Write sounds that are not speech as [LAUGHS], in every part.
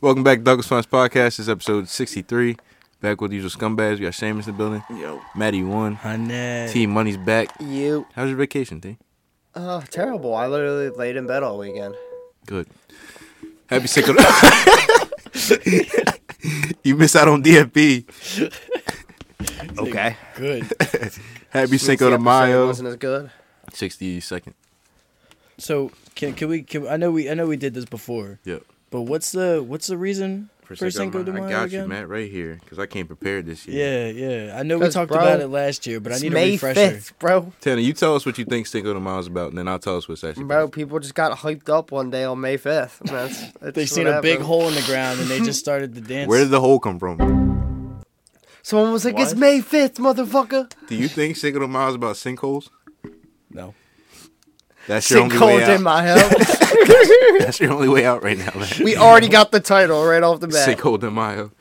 Welcome back, Douglas Funds Podcast. This is episode 63. Back with the usual scumbags. We got Seamus in the building. Yo. Maddie won. Honey. T Money's back. You. How's your vacation, T? Oh, terrible. I literally laid in bed all weekend. Good. Happy sickle. [LAUGHS] you miss out on DFP. okay. Good. Happy Cinco The de episode Mayo. wasn't as good. 62nd. So can can we? Can, I know we I know we did this before, Yep. but what's the what's the reason for, Cinco de Mayo I got again? you, Matt, right here, because I came prepared this year. Yeah, yeah. I know we 'Cause, talked bro, about it last year, but I It's need a May refresher. 5th, bro. Tanner, you tell us what you think Cinco de Mayo is about, and then I'll tell us what's actually. Bro, people just got hyped up one day on May 5th. That's, that's [LAUGHS] They what seen a big happened. hole in the ground and they [LAUGHS] just started to dance. Where did the hole come from? Someone was like, it's What? May 5th, motherfucker. Do you think Cinco de Mayo is about sinkholes? no. That's your only way Sinkhole out. in my house. [LAUGHS] That's your only way out right now, man. we already got the title right off the bat. Cinco de Mayo.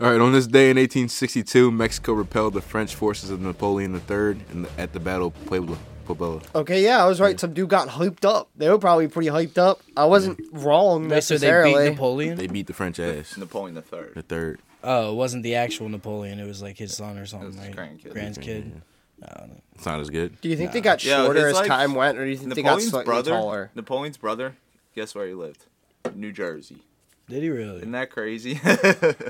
All right, on this day in 1862, Mexico repelled the French forces of Napoleon III in the, at the Battle of Puebla. Puebla. Okay, yeah, I was right. Some dude got hyped up. They were probably pretty hyped up. I wasn't wrong Wait, so they beat necessarily. Napoleon? They beat the French ass. Napoleon the The Third. third. Oh, it wasn't the actual Napoleon. It was like his son or something, was his right? grandkid. Grand's Mm-hmm. kid. It's not as good. do you think they got Yo, shorter it's as like time went, or do you think they got Napoleon's slightly [LAUGHS] brother. taller? Napoleon's brother. Guess where he lived? New Jersey. Did he Isn't really? that crazy?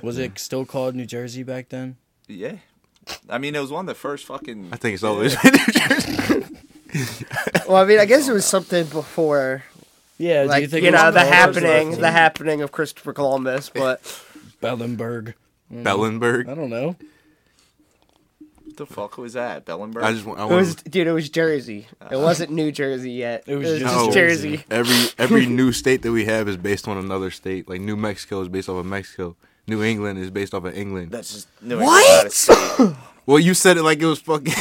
[LAUGHS] Was it still called New Jersey back then? yeah. I mean, it was one of the first fucking. I think it's always. Well, I mean, I guess it was something before, Yeah. do like you you, think it was know, the called- happening, the happening of Christopher [LAUGHS] Columbus. But Bellenberg. I Mm. Bellenberg. don't know. What the fuck was that? Bellenberg. I just want. I it want [LAUGHS] was, dude, it was Jersey. It wasn't New Jersey yet. It was just No. Jersey. every [LAUGHS] every new state that we have is based on another state. Like New Mexico is based off of Mexico. New England is based off of England. That's just no. What? All right, Well, you said it like it was [LAUGHS] fucking.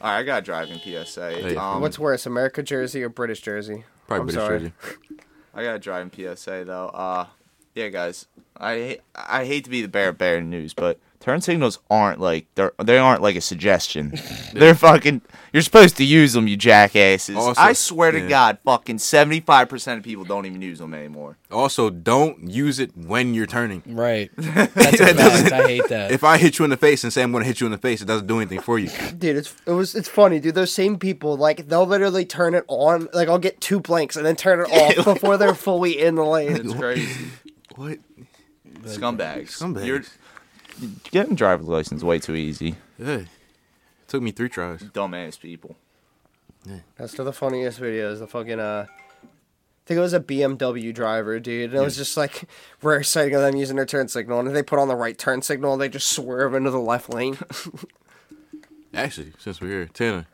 I got driving PSA. Hey. Um, What's worse, America Jersey or British Jersey? Probably I'm British sorry. Jersey. I got driving PSA though. Uh, yeah, guys. I hate, I hate to be the bearer of bad news, but turn signals aren't like they're they aren't like [LAUGHS] a suggestion. they're fucking. You're supposed to use them, you jackasses. Also- I swear to yeah. God, fucking seventy five percent of people don't even use them anymore. [LAUGHS] Also, don't use it when you're turning. [LAUGHS] Right. That's a fact. I hate that. If I hit you in the face and say I'm going to hit you in the face, it doesn't do anything for you. Dude, it's it was it's funny, dude. Those same people, like they'll literally turn it on. Like I'll get two blanks and then turn [LAUGHS] it off before they're fully in the lane. It's crazy. [LAUGHS] What? Scumbags. Scumbags. You're getting driver's license way too easy. Yeah. Took me three tries. Dumbass people. That's to the funniest videos. The fucking uh. I think it was a BMW driver, dude. And it was just like [LAUGHS] rare sighting of them using their turn signal. And if they put on the right turn signal, they just swerve into the left lane. [LAUGHS] Actually, since we're here, Tanner,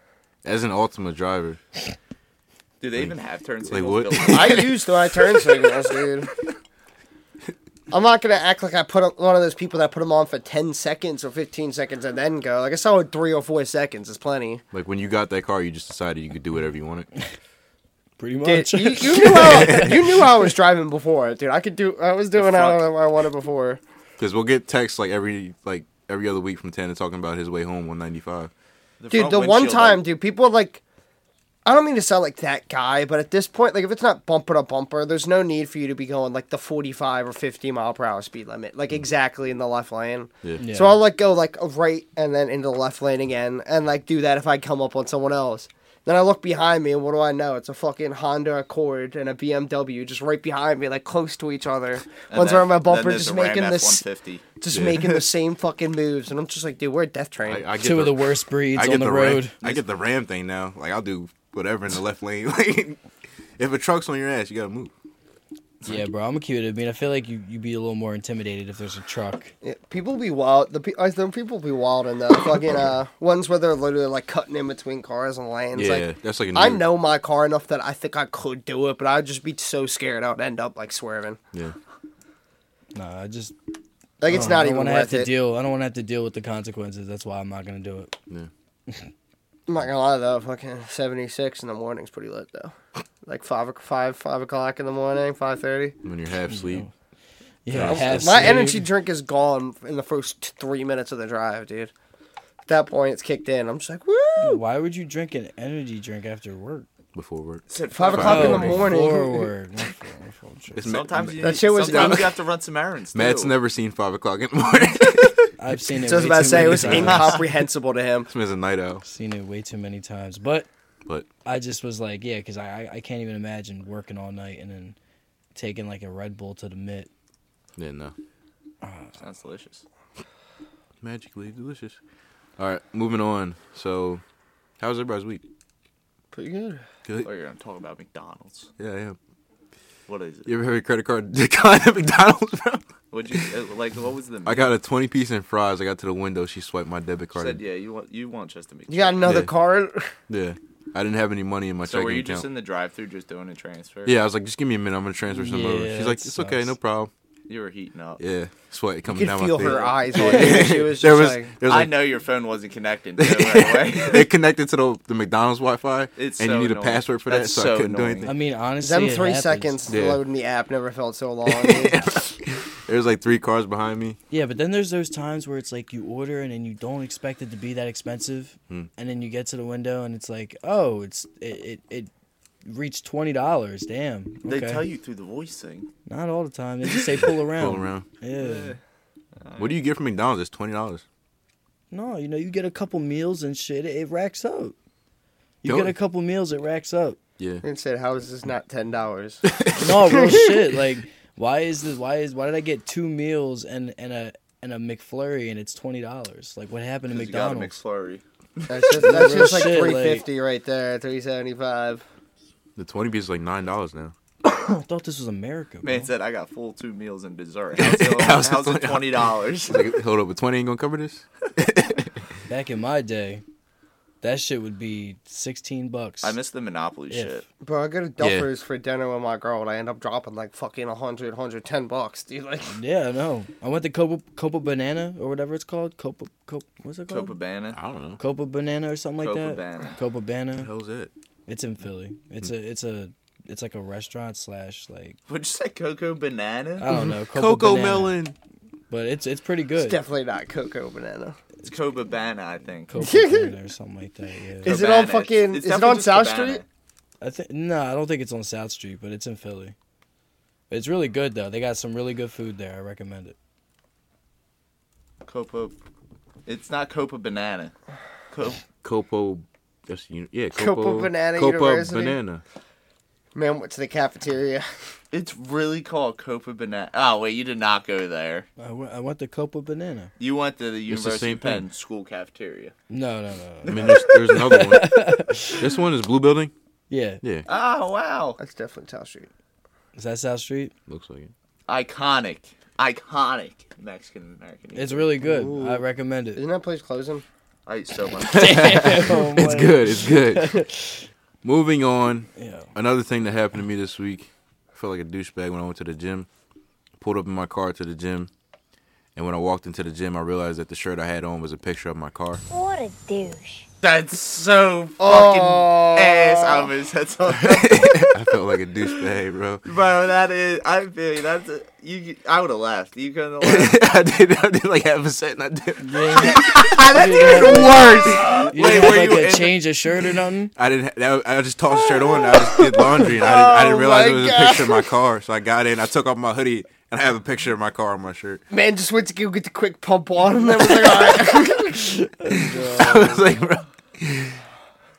as an Ultima driver, Do they even have turn like signals? what? [LAUGHS] built? I [LAUGHS] used my turn signals, [LAUGHS] dude. I'm not gonna act like I put up one of those people that put them on for 10 seconds or 15 seconds and then go. Like I saw three or four seconds is plenty. like when you got that car, you just decided you could do whatever you [LAUGHS] wanted. Pretty Oh, Dude, much. [LAUGHS] you, you knew how [LAUGHS] you knew how I was driving before, dude. I could do. I was doing The how fuck? I wanted before. Because we'll get texts like every like every other week from Tanner talking about his way home 195. dude front the one windshield, time like, dude people like i don't mean to sound like that guy but at this point like if it's not bumper to bumper there's no need for you to be going like the 45 or 50 mile per hour speed limit Mm-hmm. like exactly in the left lane Yeah. Yeah. so i'll like go like right and then into the left lane again and like do that if i come up on someone else then I look behind me, and what do I know? It's a fucking Honda Accord and a BMW just right behind me, like close to each other. and One's then- around my then bumper, there's just a Ram making this, F-150. just Yeah. [LAUGHS] making the same fucking moves, and I'm just like, dude, we're a death train. I, I get Two of the worst breeds I get on the, road. Ram, I get the Ram thing now. Like I'll do whatever in the left lane. [LAUGHS] Like if a truck's on your ass, you gotta move. Yeah, bro, I'm a cute. I mean, I feel like you you'd be a little more intimidated if there's a truck. Yeah, people be wild. The pe- I think people be [COUGHS] wild in the fucking uh, ones where they're literally like cutting in between cars and lanes. yeah, like, that's like a I new- know my car enough that I think I could do it, but I'd just be so scared I would end up like swerving. Yeah, Nah, I just Like it's Oh, I not don't even wanna worth have to it. deal. I don't want to have to deal with the consequences. That's why I'm not gonna do it. yeah. I'm not gonna lie though, fucking seventy six in the morning's pretty lit though. Like five o- five five o'clock in the morning, five thirty. When you're half asleep. Yeah, Yeah. half My sleep. energy drink is gone in the first t- three minutes of the drive, dude. At that point, it's kicked in. I'm just like, woo! Why would you drink an energy drink after work? Before work. Five o'clock in the Five. [LAUGHS] morning. Forward. control shit. It's Ma- Sometimes you, That shit was- sometimes you have to run some errands. Too. Matt's never seen five o'clock in the morning. [LAUGHS] I've seen it. So I was way about to too say it many was times. incomprehensible to him. This man's a night owl. seen it way too many times, but But I just was like, yeah, because I, I I can't even imagine working all night and then taking like a Red Bull to the mitt. yeah, no. Sounds delicious. Magically delicious. All right, moving on. So, how was everybody's week? Pretty good. Good. Oh, you're gonna talk about McDonald's. Yeah, yeah. What is it? You ever have your credit card [LAUGHS] decline at McDonald's, bro? Would you uh, like? What was the? I got a twenty piece and fries. I got to the window. She swiped my debit You card. said yeah. You want you want just to You got another Yeah. [LAUGHS] card? Yeah. I didn't have any money in my So checking were you account. just in the drive-through, just doing a transfer? yeah, I was like, just give me a minute. I'm gonna transfer some over. Yeah, She's like, that it's okay, sucks. no problem. You were heating up. Yeah, sweat coming You could down feel my face. her eyes [LAUGHS] on you. She was just there was, like, there was I like- know your phone wasn't connecting [LAUGHS] too, right away. it connected to the, the McDonald's Wi-Fi, It's and so you need a annoying. password for That's that, so, so I couldn't annoying. do I anything. mean, honestly, them it three happens. seconds Yeah. loading the app never felt so long. There was like three cars behind me. Yeah, but then there's those times where it's like you order and then you don't expect it to be that expensive, Hmm. and then you get to the window and it's like, oh, it's it it, it reached twenty dollars. Damn. [LAUGHS] They okay. tell you through the voice thing. Not all the time. They just say pull around. Pull around. Yeah. What do you get from McDonald's? It's twenty dollars. No, you know, you get a couple meals and shit, it, it racks up. You Don't- get a couple meals, it racks up. Yeah, and said, "How is this not ten dollars?" No, real shit. Like, why is this? Why is why did I get two meals and and a and a McFlurry and it's twenty dollars? Like, what happened to You got a McDonald's? McFlurry. That's just, that's Real just like shit, like- three fifty right there, three seventy five. the twenty piece is like nine dollars now. I thought this was America. Bro. Man said I got full two meals [LAUGHS] and dessert. How's it, how's How's it it twenty dollars? It's [LAUGHS] like, hold up, a twenty ain't gonna cover this. Back in my day, that shit would be sixteen bucks. I miss the Monopoly If. shit. Bro, I go to Duffers for dinner with my girl, and I end up dropping like fucking 100, 110 bucks, dude. Like, Yeah, no. I went to Copa Copa Banana or whatever it's called. Copa Copa. What's it called? Copa, Copacabana. I don't know. Banana or something like Copacabana. that. Copa Banana. hell's that? It's in Philly. It's a it's a it's like a restaurant slash like Would you say cocoa banana? I don't know Copa Cocoa Banana. melon. but it's it's pretty it's good. definitely not cocoa banana. It's copacabana, I think. Copa [LAUGHS] Banana or something like that. Yeah, Is it on Cabana. fucking- is it definitely on just South Cabana. Street? I think no, I don't think it's on South Street, but it's in Philly. It's really good though. They got some really good food there. I recommend it. Copa. It's not copa banana. Co- Copo. That's uni- yeah. Copa Copo, Banana Copa University. banana. Man went to the cafeteria. [LAUGHS] it's really called copa banana. Oh wait, you did not go there. I went, I went to Copa Banana. You went to the University same of Penn thing. school cafeteria. No, no, no. I no. mean, there's, there's another [LAUGHS] one. This one is Blue Building. Yeah, Yeah, Oh wow, That's definitely South Street. is that South Street? looks like it. iconic, iconic Mexican American. It's really good. I recommend it. Isn't that place closing? I eat so [LAUGHS] much. It's good. It's good. Moving on. Yeah. Another thing that happened to me this week. I felt like a douchebag when I went to the gym. Pulled up in my car to the gym, and when I walked into the gym, I realized that the shirt I had on was a picture of my car. [LAUGHS] What a douche. That's so fucking Oh. ass. I almost said something. I felt like a douchebag, bro. [LAUGHS] [LAUGHS] Bro, that is. I feel you. That's a, you. I would have laughed. You couldn't have [LAUGHS] laughed. I did. I did like half a set, and I did. That's even worse. You Wait, didn't were have, like you a in the- change of shirt or nothing? I didn't. ha- I just tossed the shirt on. And I just did laundry, and I didn't, I didn't Oh realize it my was God. a picture of [LAUGHS] my car. So I got in. I took off my hoodie, and I have a picture of my car on my shirt. [LAUGHS] Man just went to go get the quick pump on, and then was like, all right. I was like, bro.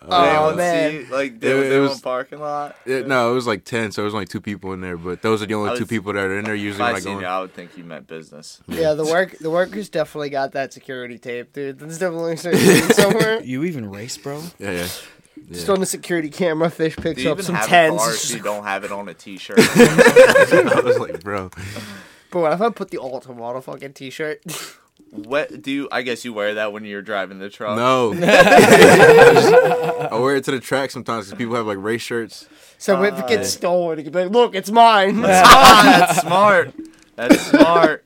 oh, See, man. like there It- was it their own was- parking lot. It- no, it was like ten, so it was only two people in there. But those are the only I was- two people that are in there usually If I when I seen go. you, In. I would think you meant business. Yeah, [LAUGHS] the work the workers definitely got that security tape, dude. There's definitely security [LAUGHS] somewhere. You even race, bro? Yeah, yeah. Just on the security camera, fish Do picks you up even some have a tens. [LAUGHS] car It's if just you like, don't have it on a T-shirt? [LAUGHS] I was like, bro. Bro, if I put the ultimate on a fucking t-shirt, [LAUGHS] what do you, I guess you wear that when you're driving the [LAUGHS] truck? No. I, just- I wear it to the track sometimes because people have like race shirts. so if it gets stolen, it could be like, look, it's mine. [LAUGHS] [LAUGHS] Ah, that's smart. That's smart.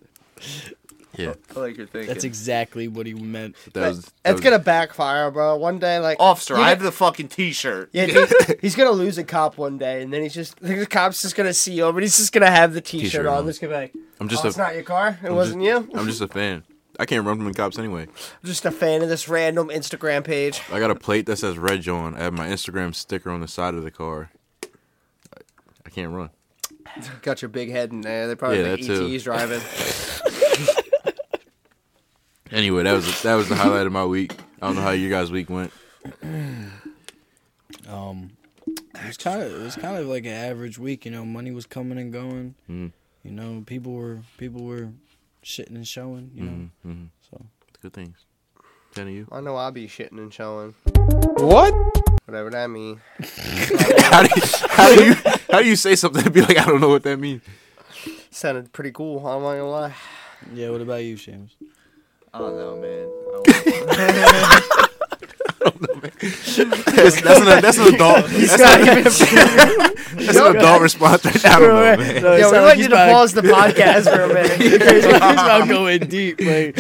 Yeah. I like your thinking. That's exactly what he meant. That was, that That's was- gonna backfire, bro. One day, like Officer, you I know- have the fucking T-shirt. [LAUGHS] yeah, dude, he's gonna lose a cop one day, and then he's just the cop's just gonna see him, and he's just gonna have the T-shirt, T-shirt on. on. Just gonna be like, I'm "Oh, just it's a. not your car. It I'm wasn't just- you. I'm just a fan. I can't run from the cops anyway. I'm just a fan of this random Instagram page. I got a plate that says Red John. I have my Instagram sticker on the side of the car. I, I can't run. Got your big head in there. They probably Yeah, think that too. ET's [LAUGHS] driving. Anyway, that was that was the highlight of my week. I don't know how you guys' week went. Um, it was kind of it was kind of like an average week. You know, money was coming and going. Hmm. Mhm. You know, people were people were shitting and showing. You know, Mm-hmm. so Good things. Ten of you. I know I'll be shitting and showing. What? Whatever that means. [LAUGHS] how, do you, how do you how do you say something and be like I don't know what that means? Sounded pretty cool. I'm not gonna lie. yeah. What about you, James? Oh no, man. That's, that's, an, that's an adult. [LAUGHS] That's, not even. [LAUGHS] that's an adult response. Right now. I don't know, [LAUGHS] man. [LAUGHS] Yo, we want you to pause the podcast for a minute. [LAUGHS] [LAUGHS] He's about going deep. Like,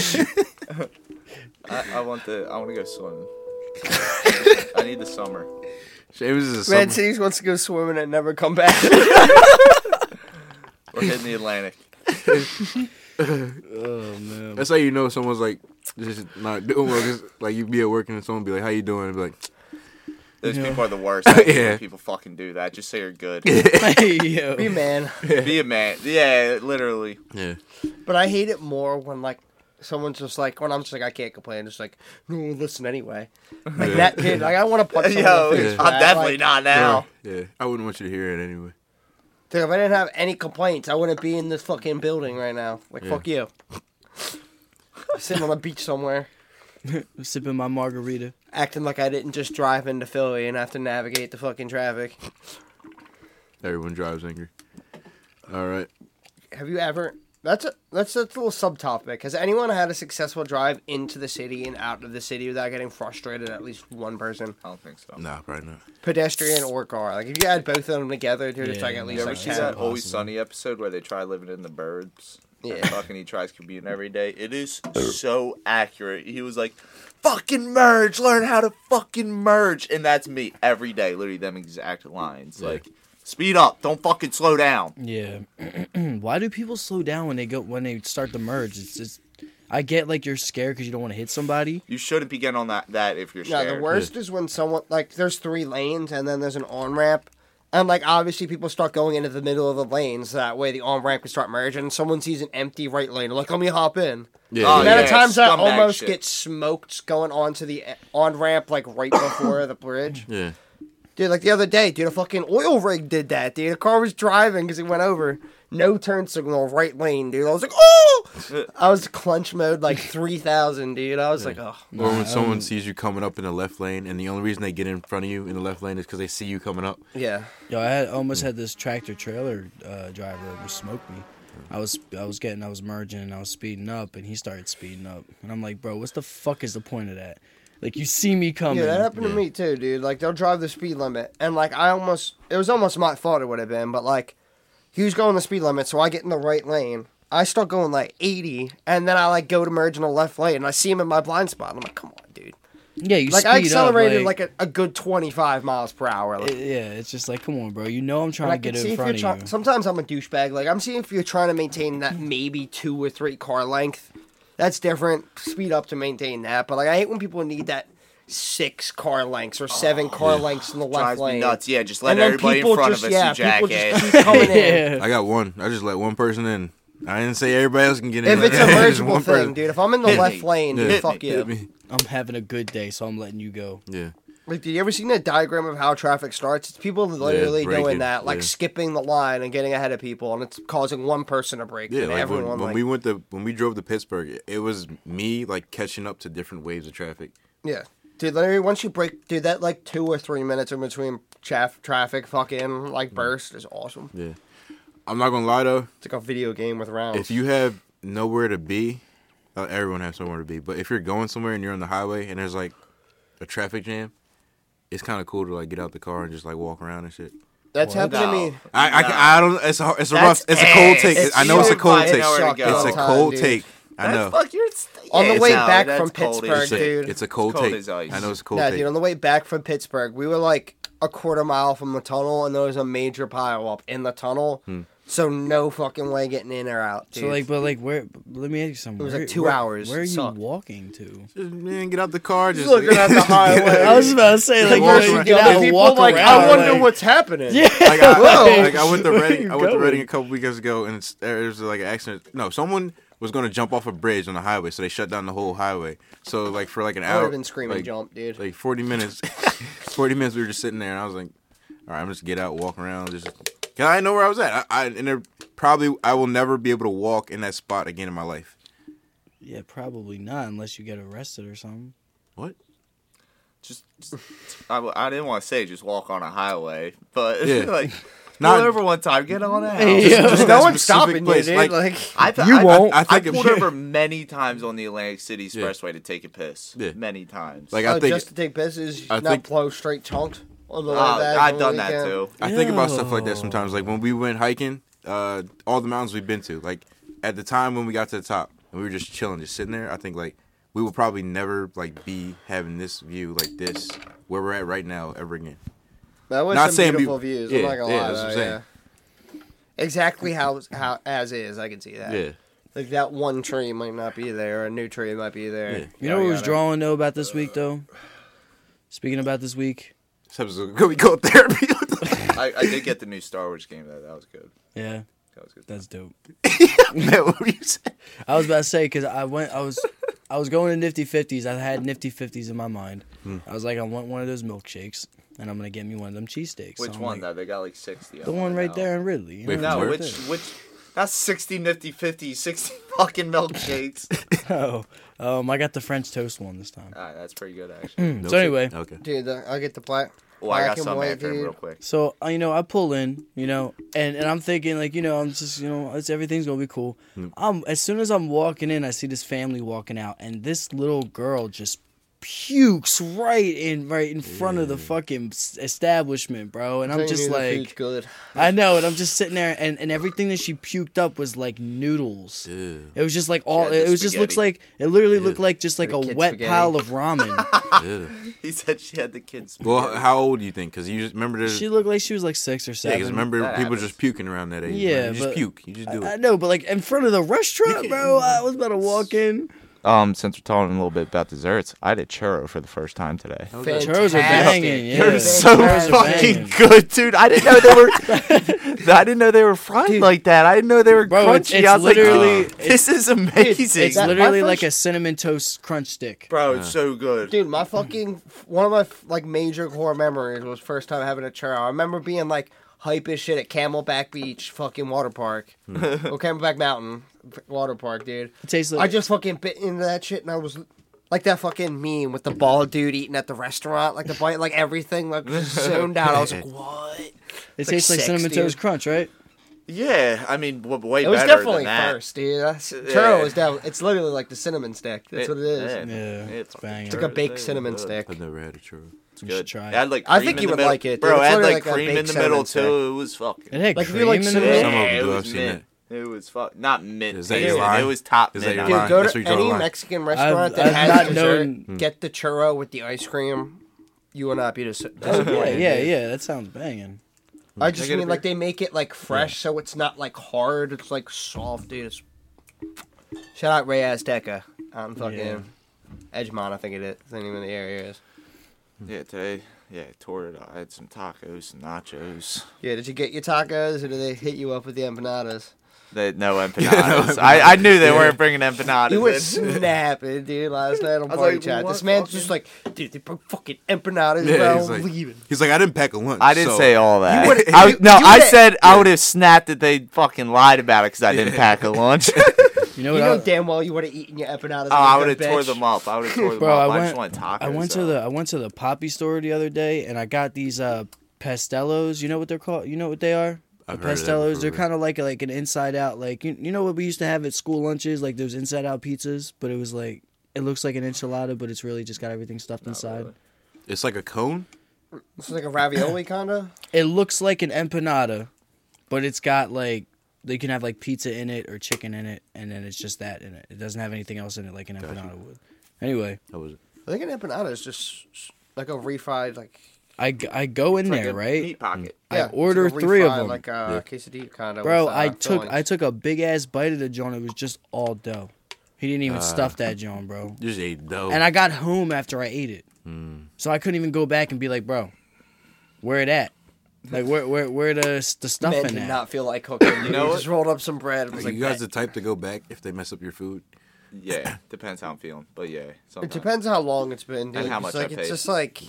[LAUGHS] I, I want to. I want to [LAUGHS] go swimming. I need the summer. James is a Man, summer- Cities wants to go swimming and never come [LAUGHS] back. We're hitting the Atlantic. oh man. [LAUGHS] That's how you know someone's like just not doing well. Just like you be at work and someone be like, "How you doing?" And be like, Those Yeah. people are [LAUGHS] the worst. actually, Yeah. People fucking do that. Just say [LAUGHS] you're good. Hey, yo. Be a man. Be a man. Yeah, literally. "Yeah, But I hate it more when like someone's just like when I'm just like I can't complain. Just like no, listen anyway. Like Yeah. that kid. Like I want to punch. someone in the [LAUGHS] Yo, face Yeah. for I'm that, definitely like, not now. yeah." I wouldn't want you to hear it anyway. Dude, if I didn't have any complaints, I wouldn't be in this fucking building right now. Like Yeah. fuck you. [LAUGHS] Sitting on a beach somewhere, I'm sipping my margarita. acting like I didn't just drive into Philly and have to navigate the fucking traffic. Everyone drives angry. All right. Have you ever? That's a that's that's a little subtopic. Has anyone had a successful drive into the city and out of the city without getting frustrated? At least one person, I don't think so. Nah, probably not. pedestrian or car. Like if you add both of them together, dude, it's Yeah, like at You least ever like see ten. that Always Possible. Sunny episode where they try living in the birds? Yeah. Fucking he tries commuting every day. It is so accurate. He was like, fucking merge, learn how to fucking merge. And that's me every day, literally them exact lines. Yeah. Like, speed up, don't fucking slow down. Yeah. [CLEARS THROAT] Why do people slow down when they go when they start the merge? It's just I get like you're scared because you don't want to hit somebody. You shouldn't be getting on that, that if you're No, scared. the worst is when someone like there's three lanes and then there's an on ramp, and like obviously people start going into the middle of the lanes. That way the on ramp can start merging. Someone sees an empty right lane, like let me hop in. Yeah. Oh, The yeah. amount yeah, of times I scumbag almost shit. get smoked going onto the on ramp like right before the bridge. yeah. Dude, like the other day, dude, a fucking oil rig did that, dude. A car was driving because it went over. No turn signal, right lane, dude. I was like, [LAUGHS] oh! I was clench mode like 3,000, dude. I was like, oh. Or when someone sees you coming up in the left lane, and the only reason they get in front of you in the left lane is because they see you coming up. Yeah. Yo, I had almost had this tractor trailer uh, driver who smoked me. I was I was getting I was merging and I was speeding up and he started speeding up and I'm like, bro, what's the fuck is the point of that? Like you see me coming. Yeah, that happened to me too, dude. Like they'll drive the speed limit, and like I almost, it was almost my fault. It would have been, but like he was going the speed limit, so I get in the right lane. I start going like 80, and then I like go to merge in the left lane, and I see him in my blind spot. I'm like, come on, dude. yeah, you Like speed I accelerated up, like, a, a good 25 miles per hour. Like, it- yeah, it's just like, come on, bro. You know I'm and trying I to can get in see if you're front of trying. you. Sometimes I'm a douchebag. Like I'm seeing if you're trying to maintain that maybe two or three car length. That's different. Speed up to maintain that, but like I hate when people need that six car lengths or seven car lengths in the left Oh, Drives lane. me nuts. Yeah, just let everybody in front of us, you jackass. [LAUGHS] keep coming [LAUGHS] in. yeah. I got one. I just let one person in. I didn't say everybody else can get in. If [LAUGHS] it's a [LAUGHS] Just mergeable one thing, person. dude, if I'm in the Hit me. left lane, dude, Hit fuck me. you. Hit me. [LAUGHS] I'm having a good day, so I'm letting you go. Yeah. Like, dude, you ever seen that diagram of how traffic starts? It's people literally breaking, doing that, like yeah. skipping the line and getting ahead of people, and it's causing one person to break. Yeah, and like when, everyone when like, we went to when we drove to Pittsburgh, it- it was me like catching up to different waves of traffic. yeah, dude. Literally, once you break, dude, that like two or three minutes in between chaff traffic, fucking Mm. like burst is awesome. Yeah, I'm not gonna lie though, It's like a video game with rounds. if you have nowhere to be, uh, everyone has somewhere to be. But if you're going somewhere and you're on the highway and there's like a traffic jam, it's kind of cool to like get out the car and just like walk around and shit. That's No. happened to me. I I, No. I don't. It's a it's a rough. That's It's a cold ass. take. It's I know it's a so cold fucking take. suck It's It's all a the time, cold dude. take. I know. That's fuck, you're, On the yeah, way it's out. back That's from cold as Pittsburgh, it's, shit. dude. a, it's a cold Cold take. as ice. I know it's a cold yeah, take. dude. On the way back from Hmm. Pittsburgh, we were like a quarter mile from the tunnel, and there was a major pile up in the tunnel. So no fucking way getting in or out. Dude. So [LAUGHS] like, but like, where? Let me ask you something. It was, where, like, two where- hours. Where are It you sucked. walking to? Just, man, get out the car. Just looking at [LAUGHS] the highway. [LAUGHS] I was about to say like, like, where walk you around. get out and People walk like, around. I wonder like- what's happening. Yeah. Like I, [LAUGHS] Whoa. like I went to Where are Reading. you I went to going? Reading a couple weekends ago, and it's, there was like an accident. No, someone was going to jump off a bridge on the highway, so they shut down the whole highway. So like for like an I hour, would have been screaming like, jump, dude. Like forty minutes, [LAUGHS] forty minutes. We were just sitting there, and I was like, "All right, I'm just get out, walk around, just." Cause I didn't know where I was at. I, I and there probably I will never be able to walk in that spot again in my life. Yeah, probably not unless you get arrested or something. What? Just, just I, w- I didn't want to say just walk on a highway, but [LAUGHS] Yeah. like Not- pull over one time, get on out. Yeah. [LAUGHS] Just no that specific one's stopping place, you, like- dude. Like, I've, You I've, won't. I've, I think pulled it- over many times on the Atlantic City Expressway to take a piss. Yeah. Many times. Like oh, I think just to take pisses, I not think- blow straight chunks on the way Oh, back. on I've the done that weekend. too. I think about stuff like that sometimes. Like when we went hiking, uh, all the mountains we've been to. Like at the time when we got to the top and we were just chilling, just sitting there. I think like we will probably never like be having this view like this where we're at right now ever again. That was Not some saying beautiful be- views. I'm yeah, not gonna yeah, lie. that's what I'm though, saying. yeah. Exactly how how as is, I can see that. Like that one tree might not be there, a new tree might be there. Yeah. You know what was yada. drawing though about this week though. Speaking about this week, This episode could be called [LAUGHS] therapy. I, I did get the new Star Wars game though. That was good. yeah, That was good. that's dope. Man, what were you saying? I was about to say because I went, I was, I was going to Nifty Fifties. I had Nifty Fifties in my mind. Hmm. I was like, I want one of those milkshakes, and I'm gonna get me one of them cheesesteaks. Which So I'm one like, though? They got like sixty. The one right there in Ridley. you Wait, know, from No, Where? which which that's 60 nifty 50 60 [LAUGHS] [LAUGHS] fucking milkshakes. [LAUGHS] Oh, um, I got the French toast one this time. All right, that's pretty good actually. [LAUGHS] No So anyway. shit. okay. Dude, the, I'll get the black. Well, Oh, I black got and some white, after him dude. real quick. [LAUGHS] So uh, you know, I pull in, you know, and and I'm thinking like, you know, I'm just, you know, it's everything's gonna be cool. Um, as soon as I'm walking in, I see this family walking out, and this little girl just pukes right in right in front of the fucking s- establishment, bro. And I'm Tell you just the food's like, good. I know, and I'm just sitting there, and and everything that she puked up was like noodles. Ew, It was just like all. She had It the was just looks spaghetti. like it literally looked like just like The a kid wet spaghetti. pile of ramen. ew. He said she had the kids. well, how old do you think? Because you just remember there's. she looked like she was like six or yeah, seven. 'cause remember That people happens. just puking around that age. man. Yeah, you just but- puke. You just do I it. know, but like in front of the restaurant, bro. I was about to walk in. Um, since we're talking a little bit about desserts, I had a churro for the first time today. Fantastic. Churros are banging. Yeah. They're so Churros are fucking banging. good, dude. I didn't know they [LAUGHS] were. I didn't know they were fried like that. I didn't know they were Bro, crunchy. it's- it's I was literally- like, [LAUGHS] this is amazing. It's literally like a cinnamon toast crunch stick. bro, it's so good. Dude, my fucking one of my like major core memories was first time having a churro. I remember being like hype as shit at Camelback Beach fucking water park, or Camelback Mountain water park, dude. It tastes like I just fucking bit into that shit and I was like that fucking meme with the bald dude eating at the restaurant, like the bite, like everything, like just zoned out. I was like, what? it tastes like six, cinnamon dude. toast crunch, right? Yeah, I mean, w- way It was better definitely than that. first, dude. That's, Yeah. churro is down. It's literally like the cinnamon stick. That's what it is. Yeah, it's fucking banging. It's like a churros, baked they cinnamon look stick. I've never had a churro. You Good. should try. It had, like, I cream think in you the would middle. like it, dude. bro. It's It had literally like like a cream in baked the cinnamon middle stick. too. It was fucking. it had Like, if you cream like in the cinnamon- middle. Some of them it do, I've was seen mint. It was fuck not mint. Is that tasting. your line? It was top Is that mint. your I Dude, line? go That's what to you draw any the line. Mexican restaurant I've- that I've has not dessert, known- get the churro with the ice cream. You will not be dis- Oh, Yeah, disappointed. yeah, yeah. That sounds banging. I just I get mean it, like they make it like fresh, so it's not like hard. It's like soft, dude. It's- Shout out Ray Azteca. I'm fucking Yeah. Edgemont. I think it is. The name of the area is. Yeah, today. Yeah, tore it. I had some tacos, some nachos. Yeah. Did you get your tacos, or did they hit you up with the empanadas? They, no [LAUGHS] empanadas. I, I knew they weren't bringing empanadas. He was in. [LAUGHS] snapping, dude, last night on was party like, chat. This what man's fucking- just like, dude, they brought fucking empanadas, Yeah, bro. he's I'm like- leaving. He's like, I didn't pack a lunch. I didn't so- say uh, all that. would've- I, you- no, you I would've- said I would have snapped that they fucking lied about it because [LAUGHS] I didn't pack a lunch. You know You what? know I, damn well you would have eaten your empanadas. Oh, I like would a have tore bitch. them up. I would have tore them bro, up. I I, went. just want tacos. I went to though. the I went to the poppy store the other day, and I got these uh pastellos. You know what they're called? You know what they are? I've the heard of them pastellos. They're before. kind of like like an inside out. Like you, you know what we used to have at school lunches, like those inside out pizzas, but it was like it looks like an enchilada, but it's really just got everything stuffed inside. really. It's like a cone. It's like a ravioli kinda. It looks like an empanada, but it's got like they can have like pizza in it or chicken in it, and then it's just that in it. It doesn't have anything else in it like an empanada would. Anyway, That was I think an empanada is just like a refried like I, g- I go in Like there, a right? Meat pocket. I order three of them. Like uh, quesadilla uh, kind of. Bro, I took I took a big ass bite of the joint. It was just all dough. He didn't even stuff that joint, bro. You just ate dough. And I got home after I ate it, so I couldn't even go back and be like, bro, where it at? Like where where where the the stuff Man in did at? not feel like [LAUGHS] cooking. You know know, what? just rolled up some bread. It was Like, like, you guys "Hey." the type to go back if they mess up your food. Yeah, depends how I'm feeling, but yeah, It sometimes. depends how long it's been. Dude. And how It's much like, I It's paid. just like.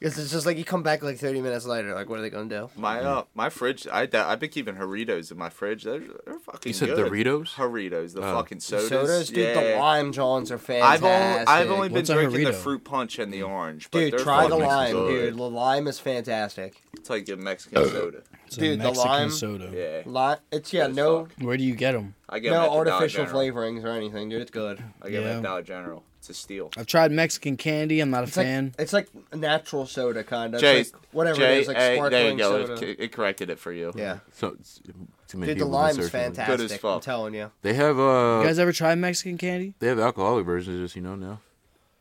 It's it's just like you come back like 30 minutes later. Like, what are they gonna do? My uh, my fridge. I da- I've been keeping Doritos in my fridge. They're, they're fucking. You said good. Doritos? Doritos, the Oh. fucking sodas. Sodas, dude. yeah. The lime Johns are I've fantastic. only I've only been What's a drinking the Dorito? fruit punch and the orange. But Dude, they're try the fucking lime, good. dude. The lime is fantastic. It's like a Mexican soda. It's a Dude, the Mexican lime- soda. Yeah, Lime, it's yeah, Good as no, fuck. Where do you get them? I get 'em no at the Dollar artificial General. flavorings or anything, dude. It's good. I get 'em Yeah. at Dollar General. It's a steal. I've tried Mexican candy. I'm not a It's fan. like it's like natural soda kind of. Jay- It's like whatever Jay, it is, like hey, sparkling there you go. soda. It, it corrected it for you. Yeah, So it's- too many dude, the people been lime's searching. fantastic. Good as I'm fuck. telling you. They have you uh, guys ever tried Mexican candy? they have alcoholic versions, just you know now.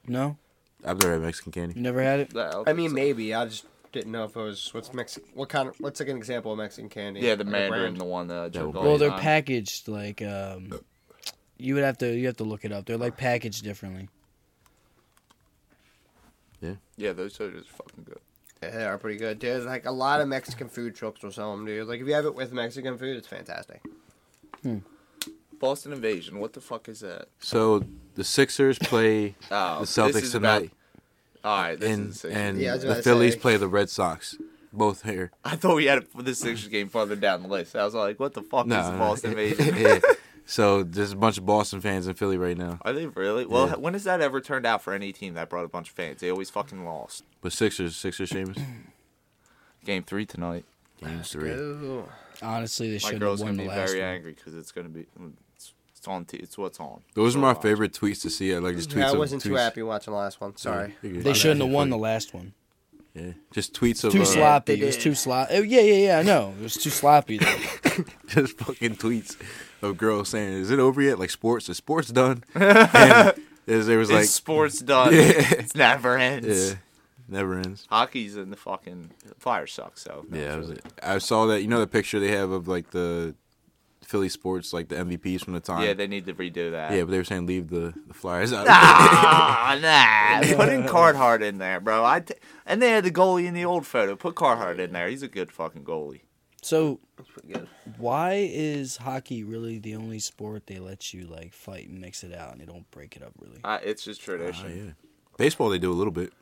No, I've never had Mexican you candy. never had it. Yeah, I'll I think mean, so. maybe I just didn't know if it was what's Mexican. What kind of what's like an example of Mexican candy? Yeah, the Like a Mandarin, brand. the one that I drink would all be- Well, the they're time. packaged like um, you would have to you have to look it up. They're like packaged differently. Yeah, those sodas are fucking good. They are pretty good, dude. Like a lot of Mexican food trucks will sell them, dude. Like if you have it with Mexican food, it's fantastic. Boston Invasion. What the fuck is that? So the Sixers play Oh, the this Celtics is about- tonight, all right, this and is the and section. Yeah, I was the about to Phillies say. play the Red Sox, both here. I thought we had a, this section game farther down the list. I was like, what the fuck is No, the no. [LAUGHS] Boston Invasion? Yeah. So there's a bunch of Boston fans in Philly right now, Are they really? Well, Yeah. when has that ever turned out for any team that brought a bunch of fans? They always fucking lost. but Sixers, Sixers, Seamus, Game three tonight. game three. Ooh. Honestly, they My should have girl's won gonna the be last very one. angry because it's gonna be. It's, it's on. T- it's what's on. Those are It's my what's on. favorite tweets to see. I like just tweets. Yeah, I of- wasn't too tweets. happy watching the last one. Sorry. They shouldn't have won the last one. Yeah, just tweets of Too uh, sloppy. they It was did. too sloppy. Yeah, yeah, yeah. I know. It was too sloppy. [LAUGHS] Though. [LAUGHS] just fucking tweets of girls saying, "Is it over yet?" Like sports, is sports done? [LAUGHS] and there's- there was It's like, sports done. [LAUGHS] Yeah. It's never ends. yeah, never ends. Hockey's in the fucking fire sucks. So that Yeah, I, was, really- I saw that. You know the picture they have of like the Philly sports, like the MVPs from the time. yeah. They need to redo that. yeah, but they were saying leave the, the Flyers out. Ah, [LAUGHS] nah. Put in Carhartt in there, bro. I t- and they had the goalie in the old photo. Put Carhartt in there. He's a good fucking goalie. So, pretty good. why is hockey really the only sport they let you like fight and mix it out and they don't break it up really? Uh, it's just Oh, tradition. yeah. Baseball they do a little bit.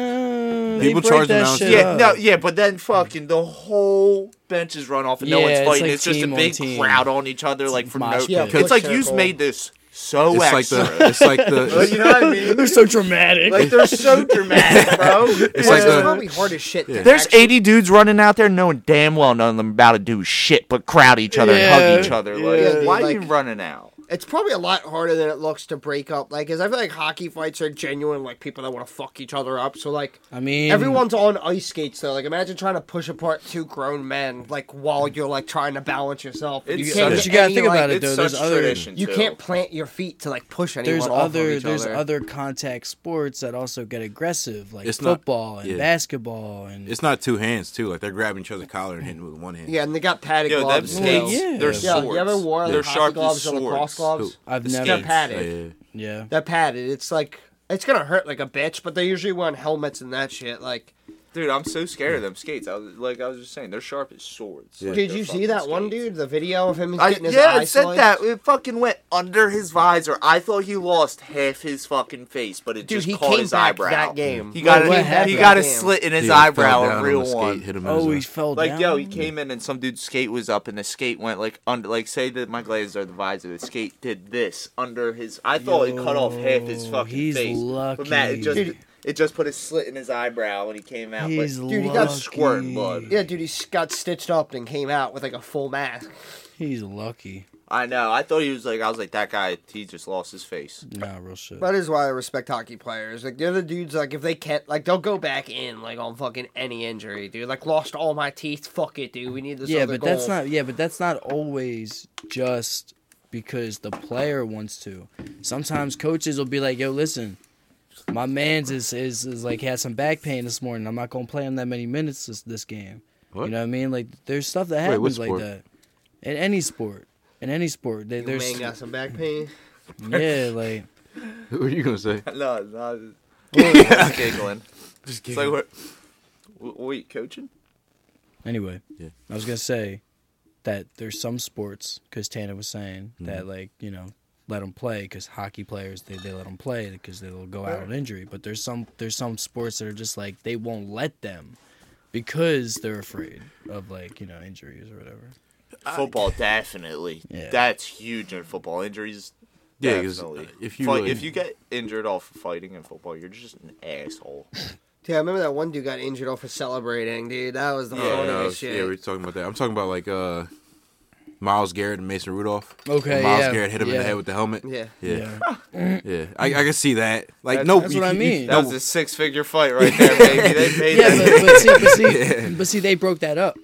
No, People they charge break them that out shit too. Yeah, up. no, yeah, but then fucking the whole bench is run off and no Yeah, one's it's fighting. like It's, just a team on big team. crowd on each other, like for no. mosh Yeah, pit. it's like you've circle. made this so It's like extra. [LAUGHS] the it's like But you the know what I [LAUGHS] mean? They're so dramatic. like [LAUGHS] they're so dramatic, bro. It's like it's the- probably hard as shit. to There's actually- 80 dudes running out there knowing damn well none of them about to do shit but crowd each other and Yeah. hug each other. Like, Yeah, why like- are you running out? It's probably a lot harder than it looks to break up. Like, cause I feel like hockey fights are genuine, like people that want to fuck each other up. So like, I mean, everyone's on ice skates though. Like, imagine trying to push apart two grown men, like while you're like trying to balance yourself. It's you such- can't. But get you gotta any, think like- about it It's though. such There's other. tradition. You too. can't plant your feet to like push anyone. There's off of other. each There's other. other contact sports that also get aggressive, like It's not- football and yeah. basketball and. it's not two hands too. Like they're grabbing ech other's collar and hitting with one hand. Yeah, and they got padded Yo, them gloves. as well. skates, Yeah. they're Yeah, swords. you ever wore like, they're hockey sharp gloves as or lacrosse swords. Who? gloves? I've the never. They're Oh, yeah, skates. padded. yeah. Yeah. They're padded. It's like it's gonna hurt like a bitch, but they're usually wearing helmets and that shit. Like, Dude, I'm so scared of them skates. I was, like I was just saying, they're sharp as swords. Like, did they're you see fucking that one skates. dude? The video of him I, getting his yeah, eye it said sliced? that. It fucking went under his visor. I thought he lost half his fucking face, but it Dude, just he caught came his back eyebrow. that game. He got Wait, a, what he happened? got a Damn. slit in his Dude, fell eyebrow, down a on real the skate, one. hit him in Oh, he his eye. fell like down. yo, he came in and some dude's skate was up, and the skate went like under. Like say that my glazers are the visor. The skate did this under his. I thought it cut off half his Yo, fucking he's face. But Matt, it just lucky. it just put a slit in his eyebrow, and he came out. He's like, Dude, he lucky. got squirting blood. Yeah, dude, he got stitched up and came out with like a full mask. He's lucky. I know. I thought he was like. I was like that guy. He just lost his face. Nah, real shit. That is why I respect hockey players. Like the other dudes, like if they can't, like they'll go back in, like on fucking any injury, dude. Like lost all my teeth. Fuck it, dude. We need this. yeah, other but that's goal. not. Yeah, but that's not always just because the player wants to. Sometimes coaches will be like, "Yo, listen, My man's is, is is like had some back pain this morning. I'm not gonna play him that many minutes this, this game. What? You know what I mean? Like there's stuff that Wait, what happens like sport? that in any sport. In any sport, they, Your there's man got some back pain. [LAUGHS] yeah, like [LAUGHS] What are you gonna say? [LAUGHS] No, no. [LAUGHS] Just giggling. Just It's like, we're, w- wait, coaching? Anyway, Yeah. I was gonna say that there's some sports because Tana was saying Mm-hmm. that like you know let them play because hockey players they, they let them play because they'll go out on injury. But there's some there's some sports that are just like they won't let them because they're afraid of like you know injuries or whatever. Football, definitely. Yeah. That's huge in football. Injuries, Yeah, 'cause, definitely. uh, if you Fight- really- if you get injured off fighting in football, you're just an asshole. Yeah, I remember that one dude got injured off for celebrating, dude. That was the Yeah, Oh, no, funniest yeah, shit. we were talking about that. I'm talking about like uh, Miles Garrett and Mason Rudolph. Okay, When Miles yeah, Garrett hit him in yeah. the head with the helmet. Yeah. yeah, yeah. I, I can see that. Like, no, That's you what I can- [LAUGHS] mean. You, That no, was a six figure fight [LAUGHS] right there, baby. They made Yeah, that. but, but see, but [LAUGHS] see, but see, they broke that up,